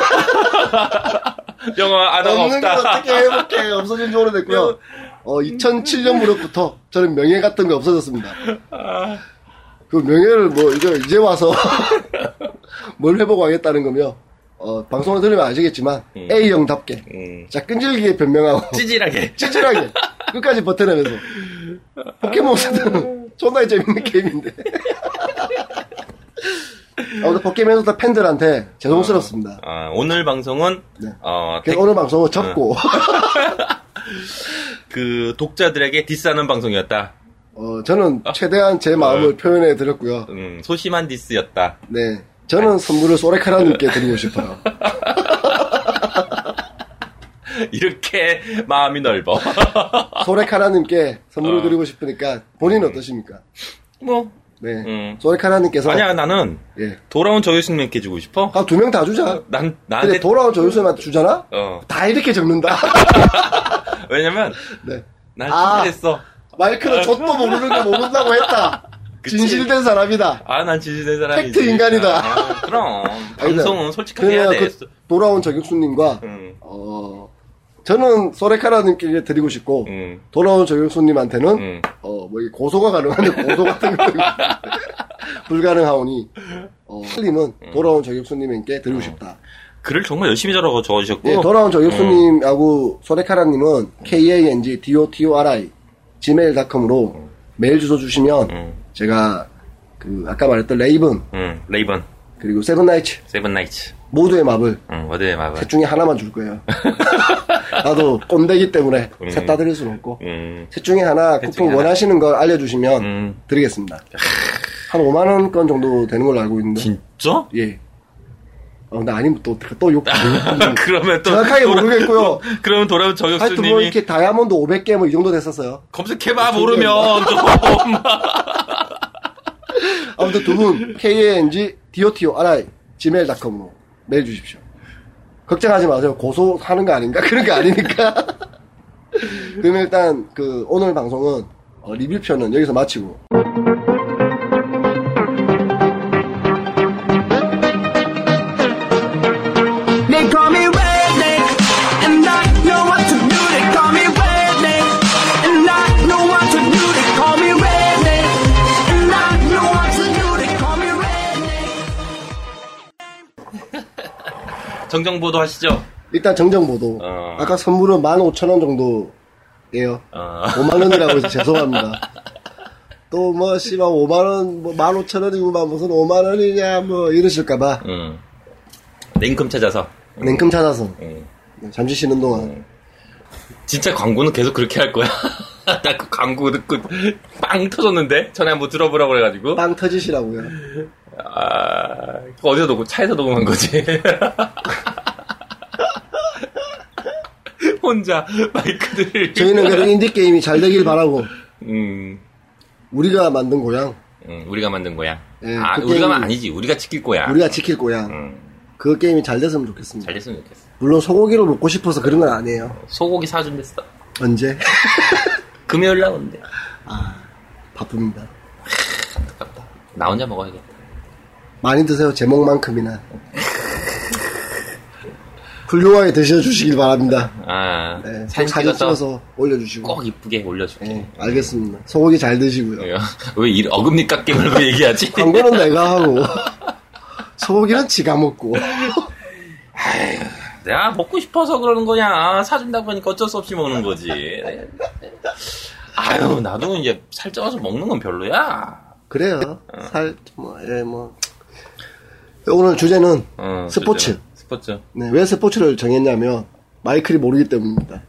B: 영어, 아나가
A: 없는 걸
B: 없다.
A: 어떻게 회복해? 없어진 지 오래됐고요. 어, 2007년 무렵부터 저는 명예 같은 게 없어졌습니다. 그 명예를 뭐 이제 이제 와서 뭘 회복하겠다는 거며 어, 방송을 들으면 아시겠지만
B: 예.
A: A형답게
B: 음,
A: 자 끈질기게
B: 예.
A: 변명하고
B: 찌질하게.
A: 찌질하게 끝까지 버텨내면서 포켓몬 스타는 존나 재밌는 게임인데 아무튼 포켓몬 스타 팬들한테 죄송스럽습니다
B: 아, 오늘 방송은
A: 네.
B: 어,
A: 그래서 오늘 방송은 접고
B: 네. 그 독자들에게 디스하는 방송이었다.
A: 어, 저는 최대한 제 마음을
B: 네.
A: 표현해 드렸고요
B: 음, 소심한 디스였다.
A: 네 저는 선물을 소레카라님께 드리고 싶어요
B: 이렇게 마음이 넓어.
A: 소레카라님께 선물을
B: 어.
A: 드리고 싶으니까 본인은 어떠십니까?
B: 뭐
A: 네
B: 음.
A: 소레카라님께서
B: 아니야 나는
A: 예.
B: 돌아온 저유승님께 주고 싶어.
A: 아, 두 명 다 주자
B: 난
A: 근데
B: 나한테
A: 돌아온 조유선한테 주잖아?
B: 어
A: 다 이렇게 적는다
B: 왜냐면
A: 네.
B: 난
A: 아.
B: 진실했어.
A: 마이크는 좆도 모르는 거 모른다고 했다.
B: 아, 그치.
A: 진실된 사람이다.
B: 아 난 진실된 사람이지.
A: 팩트 인간이다.
B: 아, 그럼 방송은 솔직하게 해야
A: 그러면
B: 돼.
A: 그 돌아온 정육수님과
B: 음,
A: 어 저는 소레카라님께 드리고 싶고
B: 음,
A: 돌아온 정육수님한테는
B: 음.
A: 어뭐 고소가 가능한데 고소 같은 거 불가능하오니 어 칼님은 돌아온 정육수님께 드리고 싶다.
B: 글을 정말 열심히 저라고 적어주셨고.
A: 예, 돌아온 정육수님하고 소레카라님은 k a n g d o t o r i gmail.com으로
B: 어.
A: 메일 주소 주시면
B: 음,
A: 제가 그 아까 말했던 레이븐
B: 음, 레이번
A: 그리고 세븐나이츠
B: 세븐나이츠.
A: 모두의 마블
B: 음, 어디에 마봐.
A: 셋 중에 하나만 줄 거예요. 나도 꼰대기 때문에
B: 음.
A: 셋 다 드릴 수는 없고
B: 음,
A: 셋 중에 하나
B: 중에
A: 쿠폰
B: 하나.
A: 원하시는 걸 알려주시면
B: 음,
A: 드리겠습니다. 한 5만 원권 정도 되는 걸로 알고 있는데
B: 진짜?
A: 예. 어, 근데 아니면 또또 욕.
B: 그러면 또
A: 음. 정확하게
B: 돌아-
A: 모르겠고요.
B: 그러면 돌아온
A: 하여튼
B: 저격수님이
A: 뭐 이렇게 음. 다이아몬드 500개 뭐 이 정도 됐었어요.
B: 검색해봐 모르면
A: 아무튼 두 분 KNG DOTORI gmail닷컴으로 메일 주십시오. 걱정하지 마세요. 고소하는 거 아닌가? 그런 거 아니니까. 그러면 일단 그 오늘 방송은 어, 리뷰편은 여기서 마치고
C: They call me redneck, and I know what to do. They call me redneck, and I know what to do. They call me redneck, and I know what to do. They call me redneck.
B: 정정보도 하시죠.
A: 일단 정정보도
B: 어.
A: 아까 선물은 15,000원 정도예요.
B: 어,
A: 5만 원이라고 해서 죄송합니다. 또 뭐 씨발 5만 원, 뭐 15,000원이고 막 무슨 5만 원이냐 뭐 이러실까 봐
B: 음, 냉큼 찾아서.
A: 냉큼 찾아서 네,
B: 예.
A: 잠시 쉬는 동안
B: 진짜 광고는 계속 그렇게 할 거야. 나 그 광고 듣고 빵 터졌는데 전에 한번 들어보라고 그래가지고
A: 빵 터지시라고요.
B: 아 그거 어디서 녹음 차에서 녹음한 거지. 혼자 마이크들을
A: 저희는 그래도 인디 게임이 잘 되길 바라고
B: 음,
A: 우리가 만든 고향,
B: 음, 우리가 만든 거야.
A: 예,
B: 아
A: 그
B: 우리가만
A: 게임-
B: 아니지 우리가 지킬 거야.
A: 우리가 지킬 고향
B: 음,
A: 그 게임이 잘 됐으면 좋겠습니다.
B: 잘 됐으면 좋겠어.
A: 물론 소고기로 먹고 싶어서 그런 건 아니에요.
B: 소고기 사준댔어.
A: 언제
B: 금요일 날 온대.
A: 바쁩니다.
B: 아깝다. 나 혼자 먹어야겠다.
A: 많이 드세요 제목만큼이나 훌륭하게 드셔주시길 바랍니다.
B: 아
A: 네, 꼭
B: 사진
A: 사진
B: 찍어서
A: 찍어서 올려주시고
B: 꼭 이쁘게 올려줄게.
A: 네, 알겠습니다. 소고기 잘 드시고요.
B: 왜 이런 어금니 깎게 말고 얘기하지?
A: 광고는 내가 하고 소고기는 지가 먹고
B: 내가 먹고 싶어서 그러는 거냐. 사준다고 하니까 어쩔 수 없이 먹는 거지. 네. 아유, 나도 이제 살쪄서 먹는 건 별로야.
A: 그래요. 살뭐 예, 뭐 오늘 주제는
B: 어,
A: 스포츠.
B: 진짜. 스포츠.
A: 네, 왜 스포츠를 정했냐면 마이클이 모르기 때문입니다.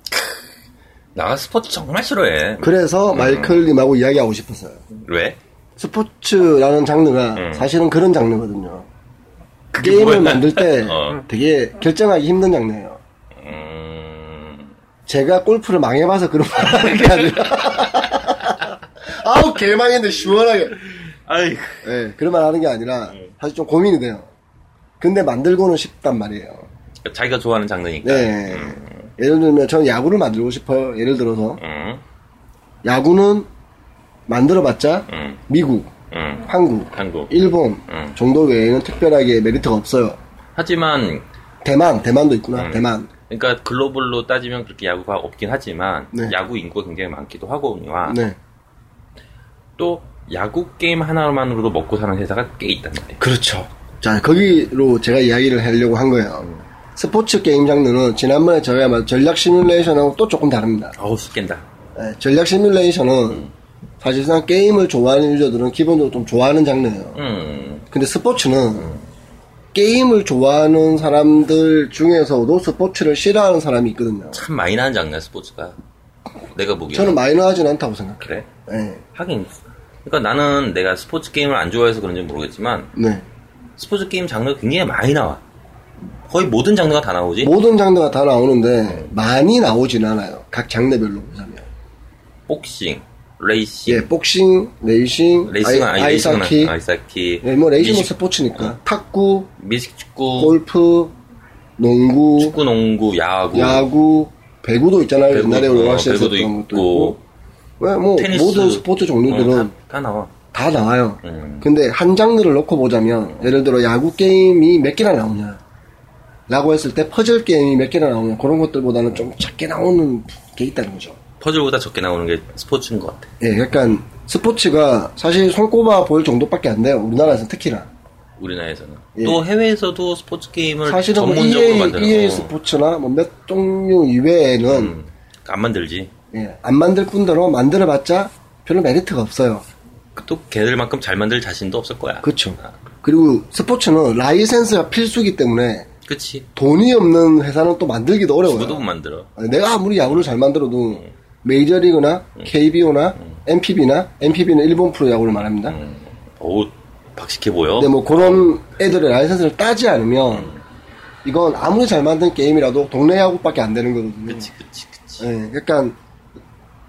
B: 나 스포츠 정말 싫어해.
A: 그래서 마이클님하고 이야기하고 싶었어요.
B: 왜?
A: 스포츠라는 장르가
B: 음.
A: 사실은 그런 장르거든요.
B: 그게
A: 게임을
B: 뭐야?
A: 만들 때
B: 어.
A: 되게 결정하기 힘든 장르예요.
B: 음,
A: 제가 골프를 망해봐서 그런 말 하는 게 아니라 아우 개망했네 시원하게
B: 아이
A: 예, 그런 말 하는 게 아니라 사실 좀 고민이 돼요. 근데 만들고는 싶단 말이에요.
B: 자기가 좋아하는 장르니까.
A: 네. 예를 들면 저는 야구를 만들고 싶어요. 예를 들어서
B: 음,
A: 야구는 만들어봤자
B: 음,
A: 미국,
B: 음.
A: 한국,
B: 한국.
A: 일본
B: 음.
A: 정도 외에는 특별하게 메리트가 없어요.
B: 하지만,
A: 대만, 대만도 있구나.
B: 음.
A: 대만.
B: 그러니까 글로벌로 따지면 그렇게 야구가 없긴 하지만,
A: 네.
B: 야구 인구가 굉장히 많기도 하고니와,
A: 네.
B: 또 야구 게임 하나만으로도 먹고 사는 회사가 꽤 있단 말이에요.
A: 그렇죠. 자, 거기로 제가 이야기를 하려고 한 거예요.
B: 음.
A: 스포츠 게임 장르는 지난번에 저희가 말 전략 시뮬레이션하고 또 조금 다릅니다.
B: 어우 씻긴다
A: 예, 전략 시뮬레이션은 사실상 게임을 좋아하는 유저들은 기본적으로 좀 좋아하는 장르예요.
B: 음,
A: 근데 스포츠는 게임을 좋아하는 사람들 중에서도 스포츠를 싫어하는 사람이 있거든요.
B: 참 많이 나는 장르야 스포츠가. 내가 보기에
A: 저는 마이너하진 않다고 생각해요.
B: 그래.
A: 예,
B: 하긴. 그러니까 나는 내가 스포츠 게임을 안 좋아해서 그런지 모르겠지만
A: 네.
B: 스포츠 게임 장르가 굉장히 많이 나와. 거의 모든 장르가 다 나오지.
A: 모든 장르가 다 나오는데 많이 나오진 않아요. 각 장르별로 보자면.
B: 복싱, 레이싱,
A: 예, 복싱, 레이싱,
B: 레이싱은
A: 아이-
B: 아니
A: 아이스하키,
B: 레이싱은 아이스하키.
A: 예, 뭐 레이싱은 뭐.
B: 미식-
A: 스포츠니까. 탁구,
B: 미식축구,
A: 골프, 농구,
B: 축구, 농구, 야구,
A: 뭐 야구, 배구도 있잖아요.
B: 배구,
A: 옛날에
B: 어,
A: 오락실에서
B: 배구도
A: 했던 것도
B: 있고,
A: 있고. 왜, 뭐,
B: 테니스
A: 모든 스포츠 종류들은
B: 어, 다, 다 나와.
A: 다 나와요.
B: 음.
A: 근데 한 장르를 놓고 보자면, 예를 들어 야구 게임이 몇 개나 나오냐. 라고 했을 때 퍼즐 게임이 몇 개나 나오냐. 그런 것들보다는 좀 작게 나오는 게 있다는 거죠.
B: 퍼즐보다 적게 나오는 게 스포츠인 것 같아.
A: 예, 약간 스포츠가 사실 손꼽아 보일 정도밖에 안 돼요. 우리나라에서 특히나.
B: 우리나라에서는.
A: 예.
B: 또 해외에서도 스포츠 게임을
A: 사실은 뭐
B: 전문적으로
A: EA,
B: 만드는
A: EA
B: 거.
A: 스포츠나 뭐 몇 종류 이외에는
B: 음, 안 만들지.
A: 예, 안 만들 뿐더러 만들어봤자 별로 메리트가 없어요.
B: 또 걔들만큼 잘 만들 자신도 없을 거야.
A: 그렇죠. 그리고 스포츠는 라이센스가 필수기 때문에
B: 그치.
A: 돈이 없는 회사는 또 만들기도 어려워요.
B: 누구도 뭐. 못 만들어.
A: 아니, 내가 아무리 야구를 잘 만들어도 메이저리그나
B: 음.
A: KBO나 NPB나 NPB는 일본 프로야구를 말합니다.
B: 음. 어우, 박식해 보여.
A: 근데 뭐 그런 애들의 라이센스를 따지
B: 음.
A: 않으면 이건 아무리 잘 만든 게임이라도 동네 야구밖에 안 되는 거거든요.
B: 그치, 그치, 그치.
A: 예, 약간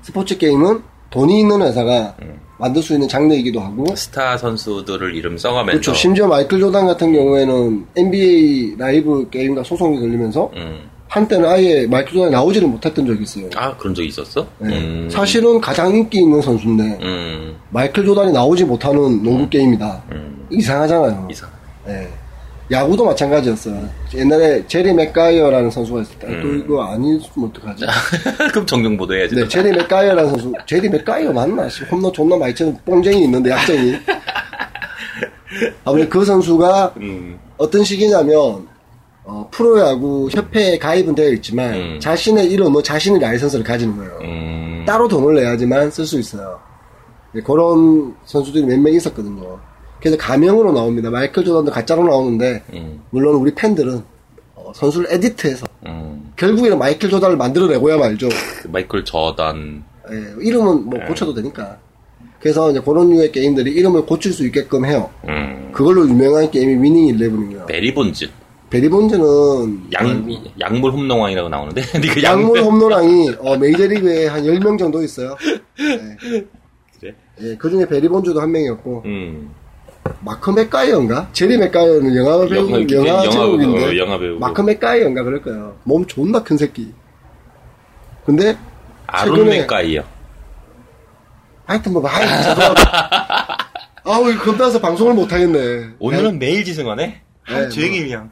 A: 스포츠 게임은 돈이 있는 회사가
B: 음.
A: 만들 수 있는 장르이기도 하고
B: 스타 선수들을 이름 써가면서.
A: 그렇죠. 심지어 마이클 조단 같은 경우에는 NBA 라이브 게임과 소송이 걸리면서
B: 음.
A: 한때는 아예 마이클 조단이 나오지를 못했던 적이 있어요.
B: 아, 그런 적 있었어?
A: 예.
B: 음.
A: 사실은 가장 인기 있는 선수인데
B: 음,
A: 마이클 조단이 나오지 못하는 농구 게임이다.
B: 음.
A: 이상하잖아요.
B: 이상.
A: 예. 야구도 마찬가지였어요. 옛날에 제리 맥가이어라는 선수가 있을 때, 또
B: 음.
A: 이거 아니면 뭐 어떡하지?
B: 그럼 정정보도 해야지.
A: 네, 제리 맥가이어라는 선수. 제리 맥가이어 맞나? 씨, 홈런 존나 많이 치는 뽕쟁이 있는데, 약쟁이. 아무튼 그 선수가
B: 음.
A: 어떤 식이냐면, 어, 프로야구 협회에 가입은 되어 있지만,
B: 음.
A: 자신의 이름으로 자신의 라이선스를 가지는 거예요.
B: 음.
A: 따로 돈을 내야지만 쓸 수 있어요. 네, 그런 선수들이 몇 명 있었거든요. 그래서 가명으로 나옵니다. 마이클 조던도 가짜로 나오는데
B: 음.
A: 물론 우리 팬들은 어, 선수를 에디트해서
B: 음.
A: 결국에는 마이클 조던을 만들어내고야 말죠.
B: 그 마이클 저단.
A: 예, 이름은 뭐 고쳐도 되니까. 그래서 이제 그런 류의 게임들이 이름을 고칠 수 있게끔 해요.
B: 음.
A: 그걸로 유명한 게임이 위닝 일레븐이에요.
B: 베리본즈.
A: 베리본즈는
B: 네. 양, 그 약물 홈농왕이라고 나오는데. 니가
A: 음. 양물 홈런왕이 어, 메이저리그에 한 10명 정도 있어요.
B: 그래?
A: 그 중에 베리본즈도 한 명이었고,
B: 네. 음.
A: 마크 맥가이언가? 제리 맥가이언은 영화 배우,
B: 영화,
A: 영화,
B: 영화
A: 제목인데,
B: 배우, 어, 영화 배우.
A: 마크 맥가이언가 그럴 거예요. 몸 존나 큰 새끼. 근데,
B: 아론
A: 최근에-
B: 맥가이요.
A: 하여튼 뭐, 아이, 죄송합니다. 아우, 이거 겁나서 방송을 못하겠네.
B: 오늘은 매일 지승하네?
A: 네,
B: 한 주행이야.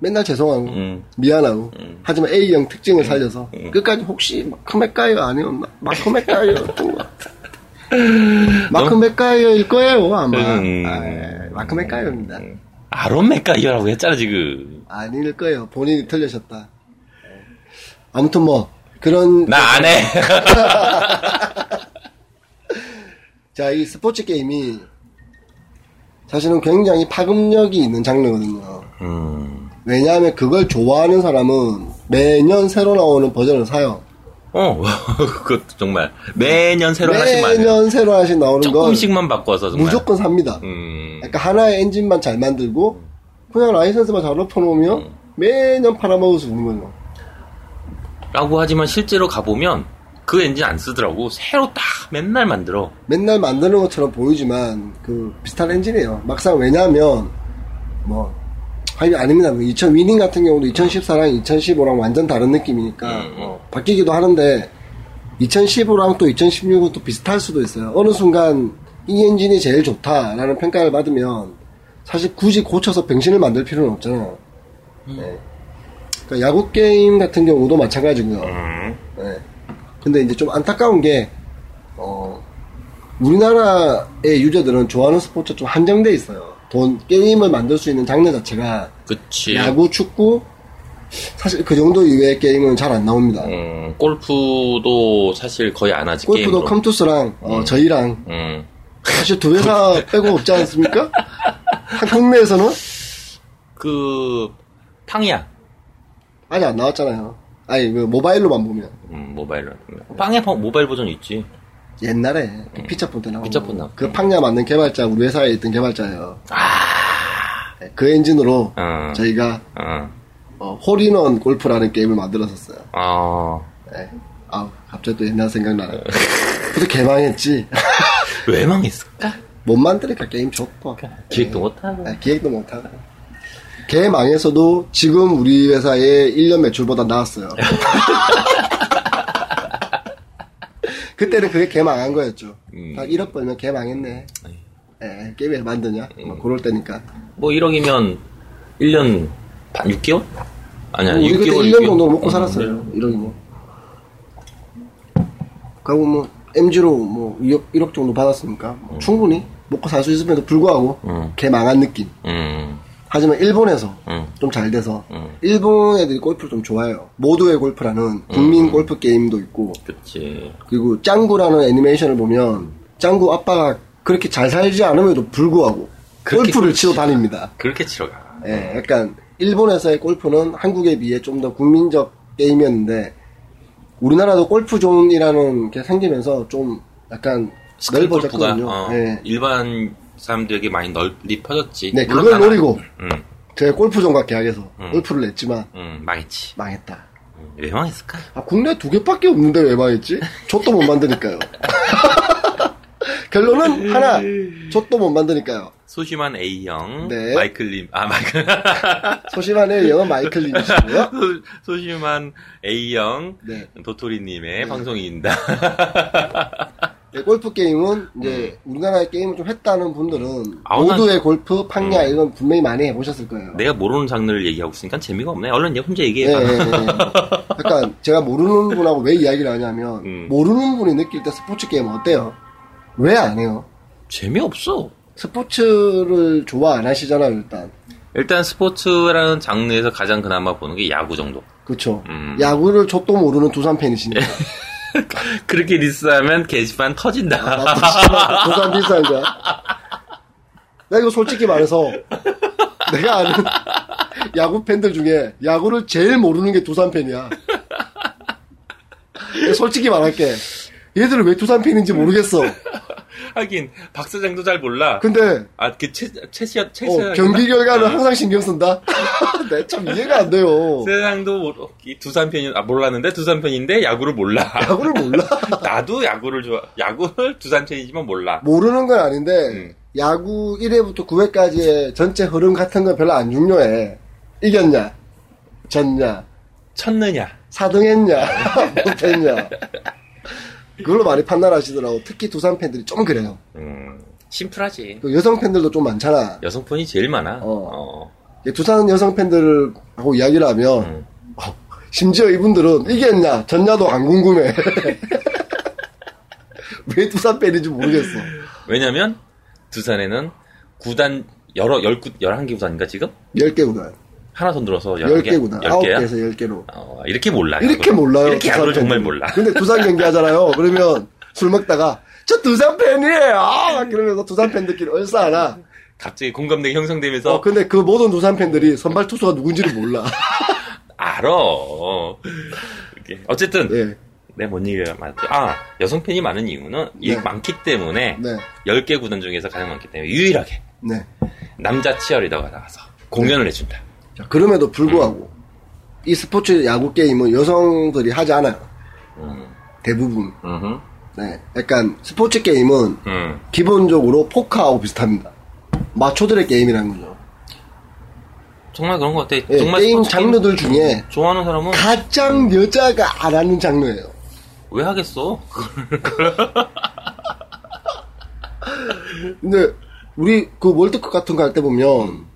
A: 맨날 죄송하고,
B: 음.
A: 미안하고. 하지만 A형 특징을 살려서,
B: 음.
A: 끝까지 혹시 마크 맥가이어 아니었나? 마크 맥가이어였던 것 같아. 마크 맥가이어일 거예요, 아마.
B: 음.
A: 아, 예. 마크 맥가이어입니다.
B: 아론 맥가이라고 했잖아, 지금.
A: 아닐 거예요. 본인이 틀리셨다. 아무튼 뭐, 그런,
B: 나 안 해.
A: 자, 이 스포츠 게임이 사실은 굉장히 파급력이 있는 장르거든요.
B: 음.
A: 왜냐하면 그걸 좋아하는 사람은 매년 새로 나오는 버전을 사요.
B: 어, 그것도 정말. 매년 새로 하신 말.
A: 매년 새로 하신 나오는 걸
B: 조금씩만 바꿔서 정말.
A: 무조건 삽니다.
B: 음.
A: 그러니까 하나의 엔진만 잘 만들고 그냥 라이선스만 잘 엎어놓으면
B: 음.
A: 매년 팔아먹을 수 있는 거죠.
B: 라고 하지만 실제로 가보면 그 엔진 안 쓰더라고. 새로 딱 맨날 만들어.
A: 맨날 만드는 것처럼 보이지만 그 비슷한 엔진이에요. 막상 왜냐하면 뭐 아니 아닙니다. 2000 위닝 같은 경우도 2014랑 2015랑 완전 다른 느낌이니까
B: 음,
A: 어, 바뀌기도 하는데 2015랑 또 2016은 또 비슷할 수도 있어요. 어느 순간 이 엔진이 제일 좋다라는 평가를 받으면 사실 굳이 고쳐서 병신을 만들 필요는 없잖아요.
B: 음.
A: 네. 그러니까 야구 게임 같은 경우도 마찬가지고요.
B: 음.
A: 네. 근데 이제 좀 안타까운 게 어, 우리나라의 유저들은 좋아하는 스포츠 좀 한정돼 있어요. 돈 게임을 만들 수 있는 장르 자체가
B: 그치.
A: 야구, 축구 사실 그 정도 이외의 게임은 잘 안 나옵니다.
B: 음, 골프도 사실 거의 안 하지,
A: 골프도
B: 게임으로.
A: 컴투스랑 어, 저희랑
B: 음.
A: 사실 두 회사 빼고 없지 않습니까? 한국 내에서는
B: 그, 팡이야.
A: 아직 안 나왔잖아요. 아니 그 모바일로만 보면
B: 음, 모바일로. 빵에 팡- 모바일 버전 있지.
A: 옛날에 그 피처폰 때 나온
B: 음. 피처폰
A: 거.
B: 나왔고.
A: 그 팡야 만든 개발자 우리 회사에 있던 개발자예요. 네, 그 엔진으로
B: 아.
A: 저희가
B: 아,
A: 어, 홀인원 골프라는 게임을 만들었었어요.
B: 아.
A: 네. 아 갑자기 또 옛날 생각나네. 그래도 개망했지.
B: 왜 망했을까?
A: 못 만드니까 게임 좋고.
B: 기획도 못하고.
A: 네, 기획도 못하고. 개망에서도 지금 우리 회사의 1년 매출보다 나았어요. 그때는 그게 개망한 거였죠.
B: 음.
A: 딱 1억 벌면 개망했네. 예, 게임 왜 만드냐? 뭐 그럴 때니까.
B: 뭐 1억이면 1년 반 6개월? 아니야,
A: 우리 그때
B: 6개월.
A: 어,
B: 네.
A: 1년 뭐 정도 먹고 살았어요. 이런 거. 그리고 뭐, MG로 뭐, 2억, 1억 정도 받았으니까, 뭐
B: 음.
A: 충분히 먹고 살 수 있음에도 불구하고, 개 망한 느낌.
B: 음,
A: 하지만 일본에서
B: 음.
A: 좀 잘 돼서, 일본 애들이 골프를 좀 좋아해요. 모두의 골프라는 국민
B: 음.
A: 골프 게임도 있고,
B: 그치.
A: 그리고 짱구라는 애니메이션을 보면, 짱구 아빠가 그렇게 잘 살지 않음에도 불구하고,
B: 그렇게
A: 골프를 치러 다닙니다.
B: 그렇게 치러 가.
A: 예, 약간 일본에서의 골프는 한국에 비해 좀 더 국민적 게임이었는데 우리나라도 골프존이라는 게 생기면서 좀 약간
B: 스크린 골프가
A: 넓어졌거든요.
B: 어,
A: 예.
B: 일반 사람들에게 많이 널리 퍼졌지.
A: 네,
B: 물론
A: 그걸
B: 나는-
A: 노리고
B: 음,
A: 제가 골프존과 계약해서 골프를 냈지만
B: 음, 망했지.
A: 망했다.
B: 음, 왜 망했을까?
A: 아, 국내 두 개밖에 없는데 왜 망했지? 족도 못 만드니까요. 결론은 하나, 족도 못 만드니까요.
B: 소심한 A형,
A: 네.
B: 마이클님, 아, 마이클.
A: 소심한의 영어 마이클님이시고요.
B: 소- 소심한 A형,
A: 네.
B: 도토리님의 방송입니다.
A: 네, 골프 게임은 이제 우리나라의 게임을 좀 했다는 분들은
B: 음. 아우, 음.
A: 모두의 골프, 팡야 이건 분명히 많이 해보셨을 거예요.
B: 내가 모르는 장르를 얘기하고 있으니까 재미가 없네. 얼른 얘 혼자
A: 예,
B: 얘기해.
A: 예,
B: 봐.
A: 예. 약간 제가 모르는 분하고 왜 이야기를 하냐면
B: 음.
A: 모르는 분이 느낄 때 스포츠 게임 어때요? 왜 안 해요?
B: 재미없어.
A: 스포츠를 좋아 안 하시잖아요 일단.
B: 일단 스포츠라는 장르에서 가장 그나마 보는 게 야구 정도.
A: 그쵸?
B: 음.
A: 야구를 저도 모르는 두산 팬이시니까.
B: 그렇게 리스하면 게시판 터진다.
A: 아, 두산 비싼 거. 나 이거 솔직히 말해서 내가 아는 야구 팬들 중에 야구를 제일 모르는 게 두산 팬이야. 내가 솔직히 말할게. 얘들을 왜 두산 팬인지 모르겠어.
B: 하긴 박 사장도 잘 몰라. 아,
A: 근데
B: 아그최최시최
A: 그 어, 경기 결과를 항상 신경 쓴다. 내 참 이해가 안 돼요.
B: 세상도 모르- 이 두산 편이 아, 몰랐는데 두산 편인데 야구를 몰라.
A: 야구를 몰라.
B: 나도 야구를 좋아. 야구를 두산 편이지만 몰라.
A: 모르는 건 아닌데
B: 음.
A: 야구 1회부터 9회까지의 전체 흐름 같은 건 별로 안 중요해. 이겼냐? 졌냐?
B: 쳤느냐?
A: 사등했냐? 못했냐? 그걸로 많이 판단하시더라고. 특히 두산 팬들이 좀 그래요.
B: 음, 심플하지.
A: 그 여성 팬들도 좀 많잖아.
B: 여성 팬이 제일 많아.
A: 어.
B: 어.
A: 이게 두산 여성 팬들하고 이야기를 하면
B: 음.
A: 어, 심지어 이분들은 이겼냐? 졌냐도 안 궁금해. 왜 두산 팬인지 모르겠어.
B: 왜냐면 두산에는 구단 여러 열구 열한 개 구단인가 지금
A: 10개구나.
B: 하나 손들어서
A: 10개구나.
B: 열 개야.
A: 9개에서 10개로.
B: 어, 이렇게 몰라.
A: 이렇게 그
B: 야구를.
A: 몰라요.
B: 이렇게 야구를
A: 두산
B: 정말
A: 팬들은.
B: 몰라.
A: 근데 두산 경기 하잖아요. 그러면 술 먹다가 저 두산 팬이에요. 막 그러면서 두산 팬들끼리 얼싸하나.
B: 갑자기 공감대 가 형성되면서
A: 어, 근데 그 모든 두산 팬들이 선발 투수가 누군지를 몰라.
B: 알아. 이렇게. 어쨌든
A: 예.
B: 내 뭔 얘기가 맞지? 아 여성 팬이 많은 이유는 이
A: 네.
B: 많기 때문에
A: 네.
B: 10개 구단 중에서 가장 많기 때문에 유일하게
A: 네.
B: 남자 치어리더가 나와서 공연을 해준다.
A: 자, 그럼에도 불구하고 이 스포츠 야구 게임은 여성들이 하지 않아요. 대부분.
B: 음.
A: 네. 약간 스포츠 게임은
B: 음.
A: 기본적으로 포카하고 비슷합니다. 마초들의 게임이라는 거죠.
B: 정말 그런 것 같아.
A: 예,
B: 정말
A: 게임
B: 스포츠 게임
A: 장르들 중에
B: 좋아하는 사람은
A: 가장 여자가 안 하는 장르예요.
B: 왜 하겠어?
A: 근데 우리 그 월드컵 같은 거 할 때 보면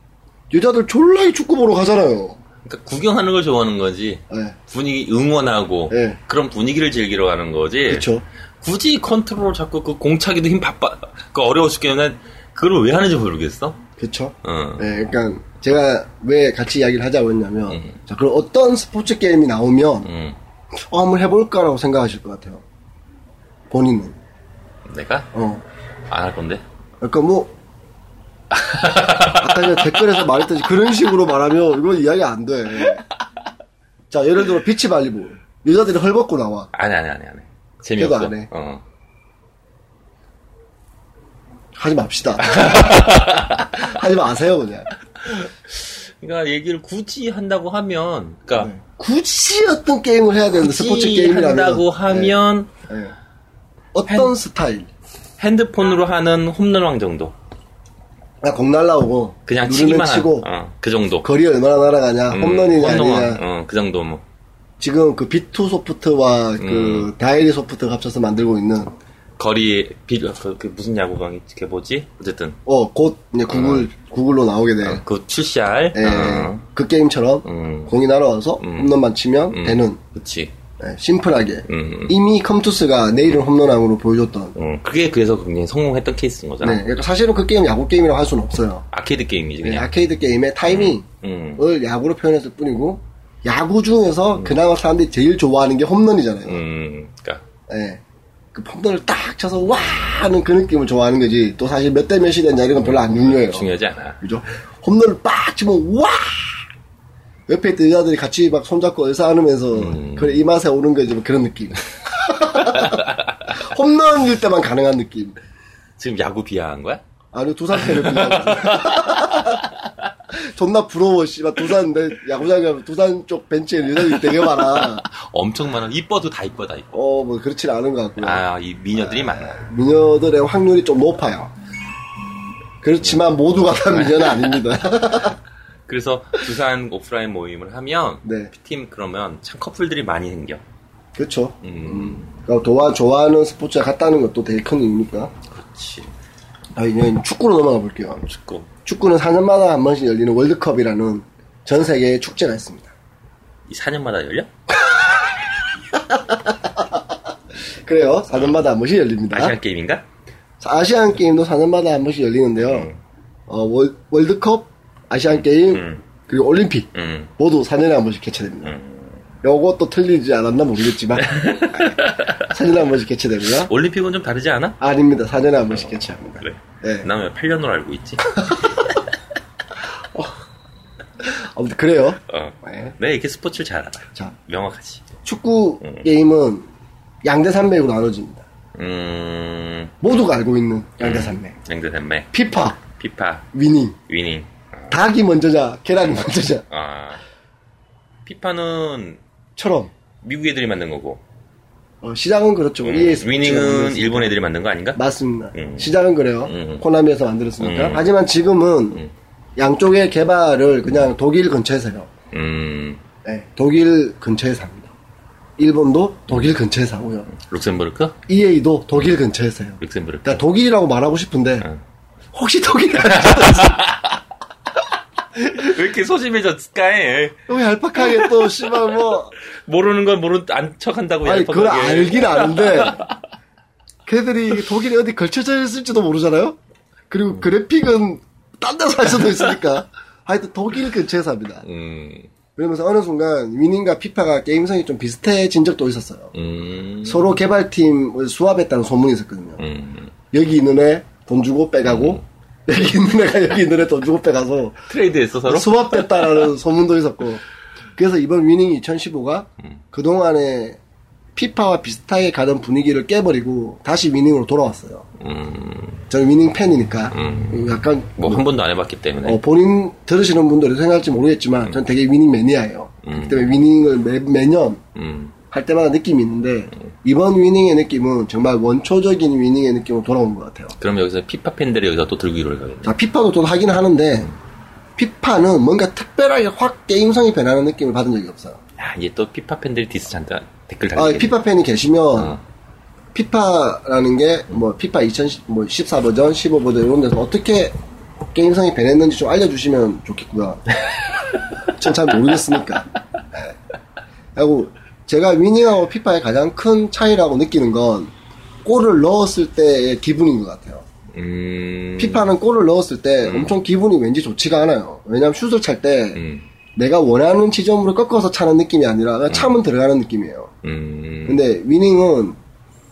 A: 여자들 졸라 이 축구 보러 가잖아요.
B: 그러니까 구경하는 걸 좋아하는 거지.
A: 네.
B: 분위기 응원하고
A: 네.
B: 그런 분위기를 즐기러 가는 거지.
A: 그렇죠.
B: 굳이 컨트롤 자꾸 그 공차기도 힘 바빠. 그 어려워 죽겠는데 그걸 왜 하는지 모르겠어.
A: 그렇죠.
B: 어.
A: 네, 그러니까 제가 왜 같이 이야기를 하자고 했냐면
B: 음.
A: 자, 그럼 어떤 스포츠 게임이 나오면
B: 음.
A: 어, 한번 해볼까라고 생각하실 것 같아요. 본인은.
B: 내가
A: 어.
B: 안 할 건데.
A: 그러니까 뭐 아까 제가 댓글에서 말했듯이 그런 식으로 말하면 이건 이야기 안 돼. 자, 예를 들어 비치 발리볼. 여자들이 헐벗고 나와.
B: 아니 아니 아니 아니. 재미없어.
A: 그래도 안 해.
B: 어.
A: 하지 맙시다. 하지 마세요 그냥.
B: 그러니까 얘기를 굳이 한다고 하면, 그러니까
A: 굳이 어떤 게임을 해야 되는데
B: 굳이
A: 네. 스포츠 게임이라면
B: 한다고 하면
A: 네, 네. 어떤 스타일?
B: 핸드폰으로 하는 홈런왕 정도.
A: 그냥 공 아, 날라오고
B: 그냥
A: 누르면
B: 치기만 한,
A: 치고
B: 어, 그 정도.
A: 거리 얼마나 날아가냐
B: 음,
A: 홈런이냐
B: 홈런왕.
A: 아니냐
B: 어, 그 정도 뭐.
A: 지금 그 B2 소프트와
B: 음.
A: 그 다이리 소프트가 합쳐서 만들고 있는
B: 거리 비 그, 그 무슨 야구방이 그게 뭐지? 어쨌든
A: 어곧 이제 구글 구글로 나오게 돼.
B: 어, 그 출시할.
A: 예,
B: 어,
A: 그 게임처럼
B: 음.
A: 공이 날아와서 홈런만 치면
B: 음,
A: 되는
B: 그치.
A: 예, 심플하게
B: 음.
A: 이미 컴투스가 내일은 홈런왕으로 보여줬던
B: 음, 그게 그래서 굉장히 성공했던 케이스인 거잖아.
A: 네, 그러니까 사실은 그 게임 야구 게임이라고 할 수는 없어요.
B: 아케이드 게임이지
A: 네,
B: 그냥.
A: 아케이드 게임의 타이밍을
B: 음,
A: 야구로 표현했을 뿐이고 야구 중에서 그나마 사람들이 제일 좋아하는 게 홈런이잖아요.
B: 음, 그러니까
A: 네. 그 홈런을 딱 쳐서 와 하는 그 느낌을 좋아하는 거지. 또 사실 몇 대 몇이 된냐 이런 건 별로 안 중요해요.
B: 중요하지 않아.
A: 그죠? 홈런을 빡 치면 와 옆에 있던 여자들이 같이 막 손잡고 의사 안으면서 그래 이 맛에 오는 거지 뭐 그런 느낌. 홈런일 때만 가능한 느낌.
B: 지금 야구 비하한 거야?
A: 아니 두산 팬을 비하하고 존나 부러워 씨발 두산 내 야구장에 가면 두산 쪽 벤치에 여자들이 되게 많아
B: 엄청 많아. 이뻐도 다 이뻐 다 이뻐.
A: 어 뭐 그렇진 않은 것 같고요
B: 아, 이 미녀들이 많아.
A: 미녀들의 확률이 좀 높아요 그렇지만 모두가 다 미녀는 아닙니다
B: 그래서 두산 오프라인 모임을 하면
A: 네.
B: 팀 그러면 참 커플들이 많이 생겨.
A: 그렇죠
B: 음,
A: 그러니까 도와, 좋아하는 스포츠가 같다는 것도 되게 큰 이유니까
B: 그렇지.
A: 아, 이제 축구로 넘어가 볼게요
B: 축구.
A: 축구는 4년마다 한 번씩 열리는 월드컵이라는 전 세계의 축제가 있습니다
B: 이 4년마다 열려?
A: 그래요 4년마다 한 번씩 열립니다
B: 아시안 게임인가?
A: 자, 아시안 게임도 4년마다 한 번씩 열리는데요. 어, 월, 월드컵, 아시안 게임,
B: 음.
A: 그리고 올림픽
B: 음.
A: 모두 4년에 한 번씩 개최됩니다. 요것도 틀리지 않았나 모르겠지만 사년에한 번씩 개최되고요.
B: 올림픽은 좀 다르지 않아?
A: 아닙니다. 4년에 한 번씩 개최합니다.
B: 그래.
A: 예.
B: 난 왜 8년으로 알고 있지?
A: 아무튼 그래요.
B: 어.
A: 예.
B: 내가 이렇게 스포츠를 잘 알아.
A: 자,
B: 명확하지.
A: 축구 게임은 양대 산맥으로 나눠집니다.
B: 음,
A: 모두가 알고 있는 양대 산맥.
B: 양대산맥,
A: 피파,
B: 피파,
A: 위닝.
B: 위닝.
A: 닭이 먼저자, 계란이 먼저자.
B: 아, 피파는
A: 처럼.
B: 미국 애들이 만든 거고,
A: 어, 시작은 그렇죠.
B: 음,
A: EA 스포츠가
B: 위닝은
A: 만들었어요.
B: 일본 애들이 만든 거 아닌가?
A: 맞습니다.
B: 음.
A: 시작은 그래요.
B: 음.
A: 코나미에서 만들었으니까.
B: 음.
A: 하지만 지금은
B: 음.
A: 양쪽의 개발을 그냥 독일 근처에서 해요.
B: 음,
A: 네, 독일 근처에서 합니다. 일본도 독일 근처에서 하고요.
B: 룩셈부르크?
A: EA도 독일 근처에서 해요.
B: 룩셈부르크.
A: 나 독일이라고 말하고 싶은데
B: 음.
A: 혹시 독일
B: 왜 이렇게 소심해졌을까? 해?
A: 너무 얄팍하게 또 씨발 뭐
B: 모르는 건 모른 안척 한다고
A: 아니 그걸 알긴 아는데 걔들이 독일이 어디 걸쳐져 있을지도 모르잖아요. 그리고 그래픽은 딴 데서 할 수도 있으니까 하여튼 독일 근처에서 합니다.
B: 음,
A: 그러면서 어느 순간 위닝과 피파가 게임성이 좀 비슷해진 적도 있었어요.
B: 음,
A: 서로 개발팀을 수합했다는 소문이 있었거든요.
B: 음.
A: 여기 있는 애 돈 주고 빼가고 여기 있는 애가 여기 있는 애 돈 주고 빼가서
B: 트레이드했어, 서로?
A: 수합됐다라는 소문도 있었고 그래서 이번 위닝 2015가
B: 음.
A: 그동안에 피파와 비슷하게 가던 분위기를 깨버리고 다시 위닝으로 돌아왔어요.
B: 음,
A: 저는 위닝 팬이니까
B: 음.
A: 약간
B: 뭐 한 번도 안 해봤기 때문에.
A: 어, 본인 들으시는 분들이 생각할지 모르겠지만 전 되게 위닝 매니아예요.
B: 음.
A: 그렇기 때문에 위닝을 매, 매년
B: 음,
A: 할 때마다 느낌이 있는데 이번 위닝의 느낌은 정말 원초적인 위닝의 느낌으로 돌아온 것 같아요.
B: 그럼 여기서 피파 팬들이 여기서 또 들기로 가겠네.
A: 자, 피파도 저도 하긴 하는데 피파는 뭔가 특별하게 확 게임성이 변하는 느낌을 받은 적이 없어요.
B: 야, 이제 또 피파 팬들이 디스 잔다 댓글 달겠네.
A: 아, 피파 팬이 계시면
B: 어.
A: 피파라는 게 뭐 피파 2014 버전, 15 버전 이런 데서 어떻게 게임성이 변했는지 좀 알려주시면 좋겠고요. 전 잘 모르겠으니까. 네. 그리고 제가 위닝하고 피파의 가장 큰 차이라고 느끼는 건 골을 넣었을 때의 기분인 것 같아요.
B: 음,
A: 피파는 골을 넣었을 때 엄청 기분이 왠지 좋지가 않아요. 왜냐하면 슛을 찰 때
B: 음,
A: 내가 원하는 지점으로 꺾어서 차는 느낌이 아니라 그냥 차면 들어가는 느낌이에요.
B: 음,
A: 근데 위닝은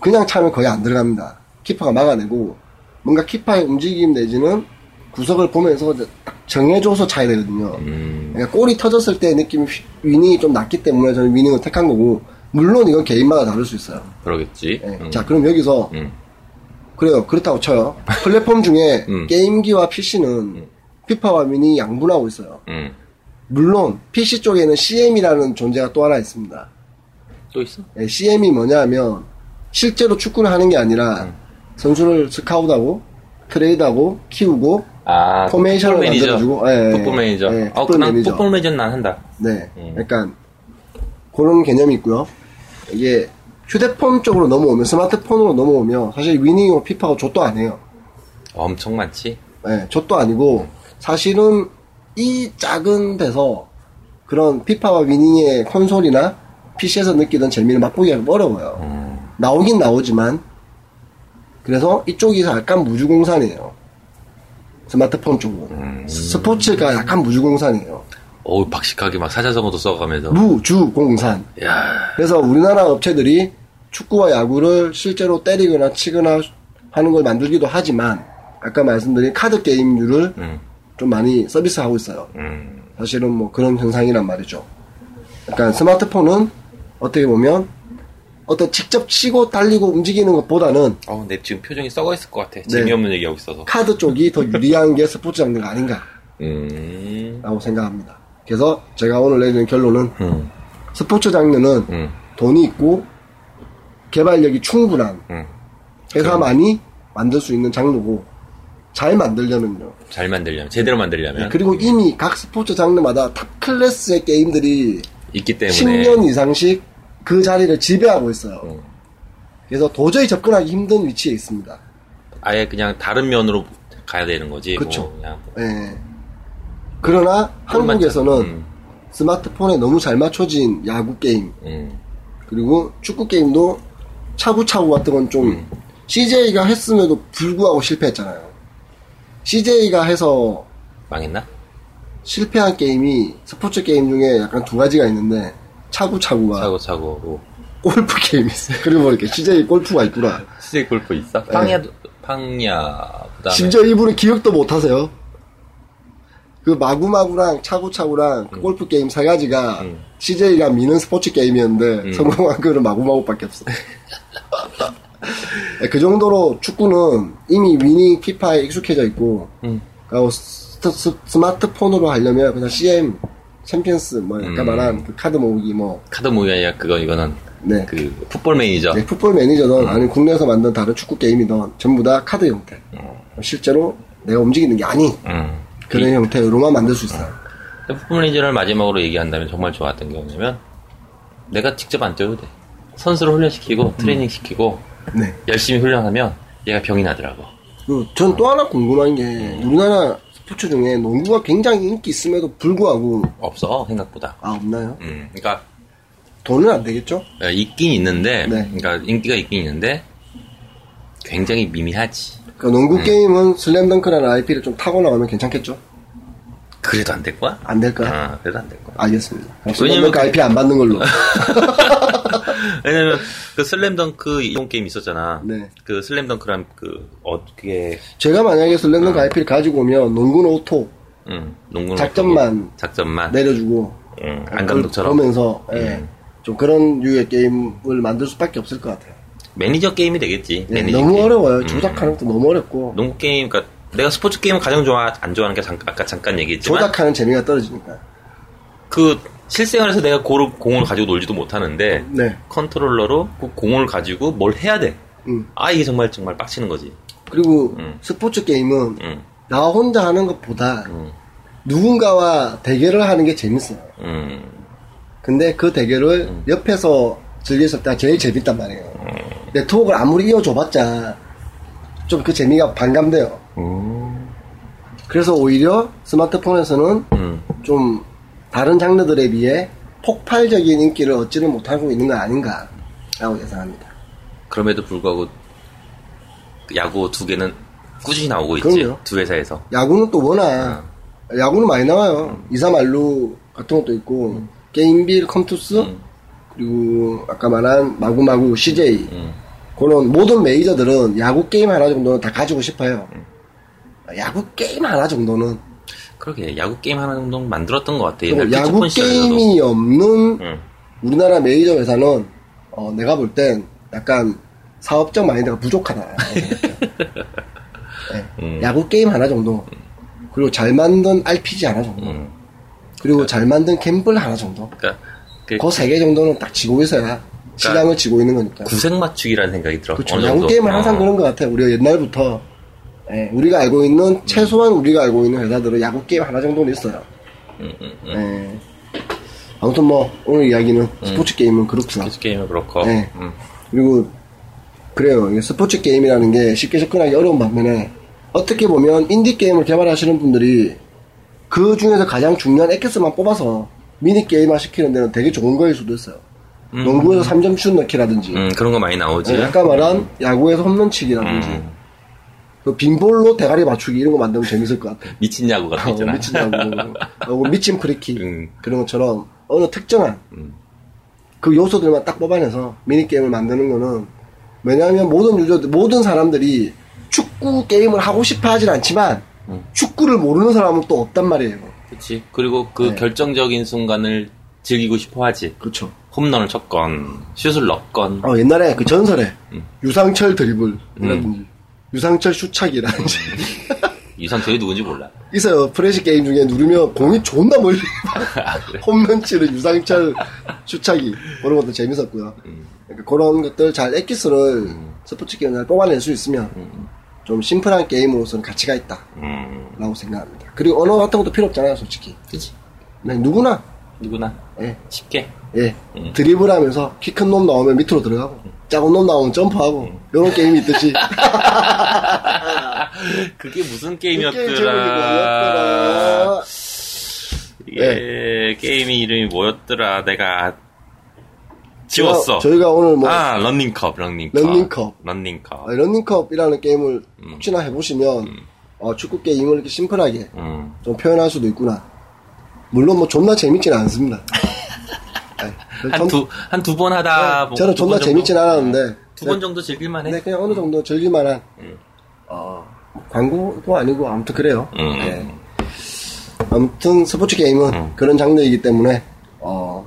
A: 그냥 차면 거의 안 들어갑니다. 키퍼가 막아내고 뭔가 키퍼의 움직임 내지는 구석을 보면서 딱 정해줘서 차야 되거든요.
B: 음,
A: 그러니까 골이 터졌을 때 느낌이 휘- 위닝이 좀 낮기 때문에 저는 위닝을 택한 거고 물론 이건 개인마다 다를 수 있어요.
B: 그러겠지.
A: 예.
B: 음,
A: 자 그럼 여기서
B: 음.
A: 그래요 그렇다고 쳐요. 플랫폼 중에
B: 음.
A: 게임기와 PC는 피파와 위닝이 양분하고 있어요.
B: 음.
A: 물론 PC 쪽에는 CM이라는 존재가 또 하나 있습니다.
B: 또 있어?
A: CM이 뭐냐면 실제로 축구를 하는 게 아니라
B: 음.
A: 선수를 스카우트하고 트레이드하고 키우고
B: 아,
A: 포메이션을
B: 풋볼 매니저.
A: 만들어주고, 예, 예.
B: 풋볼 매니저.
A: 예,
B: 어,
A: 풋볼
B: 그난
A: 매니저.
B: 풋볼 매니저는 난 한다.
A: 네,
B: 음.
A: 약간 그런 개념이 있고요. 이게 휴대폰 쪽으로 넘어오면 스마트폰으로 넘어오면 사실 위닝하고 피파가 좆도 아니에요.
B: 엄청 많지?
A: 예, 좆도 아니고 사실은 이 작은 데서 그런 피파와 위닝의 콘솔이나 PC에서 느끼던 재미를 맛보기가 어려워요.
B: 음,
A: 나오긴 나오지만 그래서 이쪽이 약간 무주공산이에요. 스마트폰 쪽은 스포츠가 약간 무주공산이에요.
B: 어우, 박식하게 막 사자성어도 써가면서.
A: 뭐? 무주공산.
B: 야
A: 그래서 우리나라 업체들이 축구와 야구를 실제로 때리거나 치거나 하는 걸 만들기도 하지만 아까 말씀드린 카드 게임류를
B: 음,
A: 좀 많이 서비스하고 있어요.
B: 음,
A: 사실은 뭐 그런 현상이란 말이죠. 약간 스마트폰은 어떻게 보면 어떤 직접 치고 달리고 움직이는 것보다는
B: 어우, 내 지금 표정이 썩어 있을 것
A: 네.
B: 같아. 재미없는 얘기하고 있어서.
A: 카드 쪽이 더 유리한 게 스포츠 장르가 아닌가라고
B: 음,
A: 생각합니다. 그래서 제가 오늘 내리는 결론은
B: 음,
A: 스포츠 장르는
B: 음,
A: 돈이 있고 개발력이 충분한
B: 음.
A: 회사만이 만들 수 있는 장르고 잘 만들려면요.
B: 잘 만들려면, 제대로 만들려면.
A: 네, 그리고 이미 각 스포츠 장르마다 탑 클래스의 게임들이
B: 있기 때문에.
A: 10년 이상씩 그 자리를 지배하고 있어요.
B: 음.
A: 그래서 도저히 접근하기 힘든 위치에 있습니다.
B: 아예 그냥 다른 면으로 가야 되는 거지.
A: 그쵸.
B: 뭐 그냥 뭐
A: 예. 그러나
B: 골만
A: 한국에서는
B: 차- 음,
A: 스마트폰에 너무 잘 맞춰진 야구 게임
B: 음,
A: 그리고 축구 게임도 차구차구 같은 건 좀 CJ가 했음에도 불구하고 실패했잖아요. CJ가 해서
B: 망했나?
A: 실패한 게임이 스포츠 게임 중에 약간 두 가지가 있는데 차구차구가
B: 차고차고.
A: 골프 게임이 있어요. 그리고 보니까 CJ 골프가 있구나.
B: CJ 골프 있어? 네. 팡야도, 팡야. 그 다음에.
A: 심지어 이분은 기억도 못 하세요. 그 마구마구랑 차구차구랑
B: 음.
A: 그 골프 게임 세 가지가 CJ가 미는 스포츠 게임이었는데
B: 음.
A: 성공한 거는 마구마구밖에 없어. 그 정도로 축구는 이미 위닝 피파에 익숙해져 있고
B: 음.
A: 그리고 스, 마트폰으로 하려면 그냥 CM 챔피언스 뭐 아까
B: 음.
A: 말한 그 카드 모으기 뭐
B: 카드 모기 아니라 그거, 이거는.
A: 네.
B: 그, 풋볼 매니저.
A: 네, 풋볼
B: 음.
A: 매니저든 아니면 국내에서 만든 다른 축구 게임이든 전부 다 카드 형태. 실제로 내가 움직이는 게 아닌
B: 음.
A: 그런 형태로만 만들 수 있어요.
B: 풋볼리지를 마지막으로 얘기한다면 정말 좋았던 게 뭐냐면 내가 직접 안 뛰어도 돼 선수를 훈련시키고
A: 음.
B: 트레이닝시키고
A: 네.
B: 열심히 훈련하면 얘가 병이 나더라고
A: 전 또 하나 궁금한 게 우리나라 스포츠 중에 농구가 굉장히 인기 있음에도 불구하고
B: 없어 생각보다
A: 아 없나요?
B: 음, 그러니까
A: 돈은 안 되겠죠?
B: 어, 있긴 있는데
A: 네.
B: 그러니까 인기가 있긴 있는데 굉장히 미미하지
A: 그러니까 농구
B: 네.
A: 게임은 슬램덩크라는 IP를 좀 타고 나가면 괜찮겠죠?
B: 그래도 안 될 거야?
A: 안 될 거야.
B: 아, 그래도 안 될 거야
A: 알겠습니다. 그럼
B: 왜냐면 그
A: 슬램덩크 IP 안 받는 걸로.
B: 왜냐면 그 슬램덩크 이용 게임 있었잖아
A: 네.
B: 그 슬램덩크란 그 어떻게
A: 제가 만약에 슬램덩크
B: 아.
A: IP를 가지고 오면 농구는 오토
B: 음, 농구는
A: 작전만.
B: 어떻게- 작전만
A: 내려주고
B: 음, 아. 안 감독처럼 음.
A: 보면서 예, 좀 그런 류의 게임을 만들 수밖에 없을 것 같아요.
B: 매니저 게임이 되겠지.
A: 예,
B: 매니저
A: 너무
B: 게임.
A: 어려워요.
B: 음.
A: 조작하는 것도 너무 어렵고
B: 농구 게임, 그러니까 내가 스포츠 게임 가장 좋아 안 좋아하는 게 잠깐, 아까 잠깐 얘기했지만
A: 조작하는 재미가 떨어지니까.
B: 그 실생활에서 내가 고를, 공을 가지고 놀지도 못하는데
A: 네.
B: 컨트롤러로 그 공을 가지고 뭘 해야 돼.
A: 음.
B: 아 이게 정말 정말 빡치는 거지.
A: 그리고
B: 음.
A: 스포츠 게임은
B: 음,
A: 나 혼자 하는 것보다
B: 음.
A: 누군가와 대결을 하는 게 재밌어요.
B: 음,
A: 근데 그 대결을 옆에서 즐겼을 때 제일 재밌단 말이에요.
B: 음.
A: 네트워크를 아무리 이어줘봤자 좀 그 재미가 반감돼요. 그래서 오히려 스마트폰에서는
B: 음.
A: 좀 다른 장르들에 비해 폭발적인 인기를 얻지는 못하고 있는 거 아닌가라고 예상합니다.
B: 그럼에도 불구하고 야구 두 개는 꾸준히 나오고 있지.
A: 그럼요.
B: 두 회사에서.
A: 야구는 또 워낙
B: 네.
A: 야구는 많이 나와요.
B: 음.
A: 이사말루 같은 것도 있고 게임빌 컴투스
B: 음.
A: 그리고 아까 말한 마구마구 CJ
B: 음.
A: 그런 모든 메이저들은 야구 게임 하나 정도는 다 가지고 싶어요.
B: 음.
A: 야구 게임 하나 정도는
B: 그러게 야구 게임 하나 정도 만들었던 것 같아.
A: 그리고
B: 옛날
A: 야구
B: 피치폰 시절에서도.
A: 게임이 없는
B: 음.
A: 우리나라 메이저 회사는 어, 내가 볼 땐 약간 사업적 마인드가 부족하다. 네. 야구 게임 하나 정도 그리고 잘 만든 RPG 하나 정도
B: 음.
A: 그리고 잘 만든 캠블 하나 정도
B: 그러니까 그
A: 그 세 개 정도는 딱 지고 있어야 시장을 지고 있는 거니까
B: 구색 맞추기라는 생각이 들어.
A: 그렇죠. 야구 게임은 항상 그런 것 같아요. 우리가 옛날부터 예, 우리가 알고 있는
B: 음.
A: 최소한 우리가 알고 있는 회사들은 야구 게임 하나 정도는 있어요.
B: 음,
A: 예. 아무튼 뭐 오늘 이야기는 스포츠 게임은 그렇구나.
B: 스포츠 게임은 음. 그렇고.
A: 네.
B: 음.
A: 그리고 그래요. 이게 스포츠 게임이라는 게 쉽게 접근하기 어려운 반면에 어떻게 보면 인디 게임을 개발하시는 분들이 그 중에서 가장 중요한 에켓스만 뽑아서 미니 게임화 시키는 데는 되게 좋은 거일 수도 있어요. 농구에서 3점 슛 넣기라든지
B: 음, 그런 거 많이 나오지.
A: 네, 음. 아까 말한 야구에서 홈런 치기라든지 그 빈볼로 대가리 맞추기 이런 거 만들면 재밌을 것 같아요.
B: 미친 야구 같은 거 있잖아.
A: 어, 미친 야구 그리고 미친 프리킥
B: 음.
A: 그런 것처럼 어느 특정한 그 요소들만 딱 뽑아내서 미니게임을 만드는 거는 왜냐하면 모든 유저들 모든 사람들이 축구 게임을 하고 싶어 하진 않지만 축구를 모르는 사람은 또 없단 말이에요
B: 그렇지. 그리고 그
A: 네.
B: 결정적인 순간을 즐기고 싶어 하지.
A: 그렇죠
B: 홈런을 쳤건, 슛을 넣건.
A: 어, 옛날에 그 전설에 유상철 드리블이라든지 유상철 슈착이라든지
B: 유상철이 누군지 몰라.
A: 있어요 프레시 게임 중에 누르면 공이 존나 멀리
B: 아,
A: 홈런 치는 유상철 추차기 그런 것도 재밌었고요.
B: 음.
A: 그러니까 그런 것들 잘 엑기스를 스포츠 게임을 잘 뽑아낼 수 있으면 좀 심플한 게임으로서는 가치가 있다라고
B: 음.
A: 생각합니다. 그리고 언어 같은 것도 필요 없잖아요, 솔직히.
B: 그치.
A: 네, 누구나
B: 누구나.
A: 예,
B: 쉽게.
A: 예.
B: 음.
A: 드리블하면서 키 큰 놈 나오면 밑으로 들어가고 작은 놈 나오면 점프하고
B: 음.
A: 이런 게임이 있듯이
B: 그게 무슨
A: 이 게임 제목이 뭐였더라? 네.
B: 게임이었더라. 예, 이게 게임이 이름이 뭐였더라. 내가 지웠어.
A: 제가- 저희가 오늘 뭐
B: 아, 런닝컵, 런닝컵.
A: 런닝컵.
B: 런닝컵.
A: 아, 런닝컵이라는 게임을 혹시나 해보시면 어, 축구 게임을 이렇게 심플하게
B: 음.
A: 좀 표현할 수도 있구나. 물론 뭐 존나 재밌진 않습니다. 전- 네,
B: 한 두 한 두 번 하다 보-
A: 저는
B: 두
A: 존나
B: 번 정도- 네.
A: 재밌진 않았는데 네.
B: 두 번 정도 음. 즐길만 해.
A: 근데 그냥 어느 정도 즐길만한 어, 광고도 아니고 아무튼 그래요.
B: 음.
A: 네. 아무튼 스포츠 게임은 그런 장르이기 때문에 어,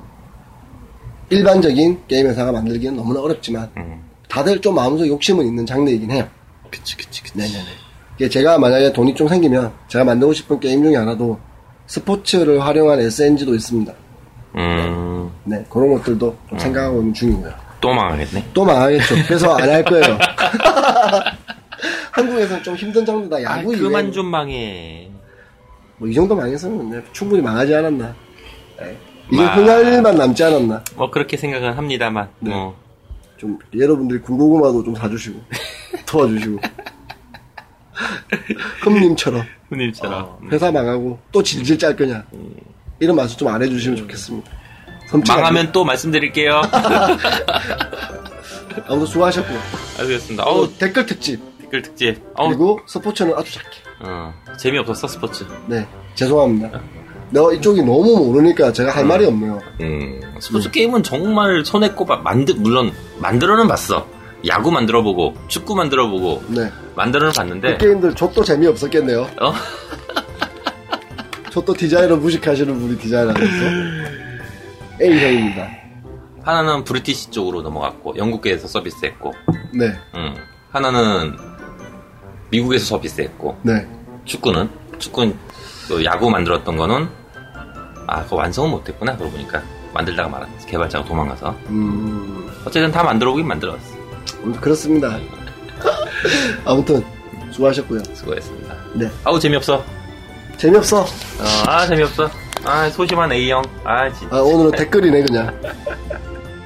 A: 일반적인 게임 회사가 만들기는 너무나 어렵지만
B: 음.
A: 다들 좀 마음속 욕심은 있는 장르이긴 해요.
B: 그치 그치 그치.
A: 네네네. 이게 제가 만약에 돈이 좀 생기면 제가 만들고 싶은 게임 중에 하나도 스포츠를 활용한 SNG도 있습니다.
D: 음,
A: 네 그런 것들도
B: 아.
A: 좀 생각하고 있는 중이고요.
D: 또 망하겠네.
A: 또 망하겠죠. 그래서 안 할 거예요. 한국에서는 좀 힘든 장르다.
B: 아,
A: 야구
B: 그만
A: 이외에는
B: 좀 망해.
A: 뭐이 정도 망했으면 네, 충분히 망하지 않았나. 네. 이제
B: 마-
A: 흥할만 남지 않았나.
B: 뭐 그렇게 생각은 합니다만.
A: 네.
B: 뭐
A: 좀 여러분들이 군고구마도 좀 사주시고 도와주시고 흠님처럼
B: 흔일처럼. 음.
A: 회사 망하고 또 질질 짤 거냐 이런 말씀 좀 안 해주시면 좋겠습니다. 섬뜩하게.
B: 망하면 또 말씀드릴게요.
A: 아무도 수고하셨고
B: 알겠습니다. 어우
A: 댓글 특집
B: 댓글 특집. 어우
A: 그리고 스포츠는 아주 작게.
B: 어, 재미없었어 스포츠.
A: 네, 죄송합니다. 내가 이쪽이 너무 모르니까 제가
B: 어.
A: 할 말이 없네요.
B: 음,
A: 네.
B: 스포츠 게임은 정말 손에 꼽아 만드 물론 만들어는 봤어. 야구 만들어보고 축구 만들어보고
A: 네.
B: 만들어는 봤는데
A: 그 게임들 저 또 재미없었겠네요.
B: 어?
A: 저 또 디자인을 무식하시는 분이 디자인하면서. A형입니다.
B: 하나는 브리티시 쪽으로 넘어갔고 영국계에서 서비스했고
A: 네,
B: 음, 하나는 미국에서 서비스했고
A: 네.
B: 축구는 축구는 그 야구 만들었던 거는 아 그거 완성은 못했구나 그러고 보니까 만들다가 말았어 개발자가 도망가서
A: 음,
B: 어쨌든 다 만들어보긴 만들었어
A: 아무튼 그렇습니다. 아무튼, 수고하셨고요.
B: 수고했습니다
A: 네.
B: 아우 재미없어 어,
A: 재미없어.
B: 아 재미없어 아 소심한 A형 아 진짜
A: 아, 오늘은 댓글이네, 그냥.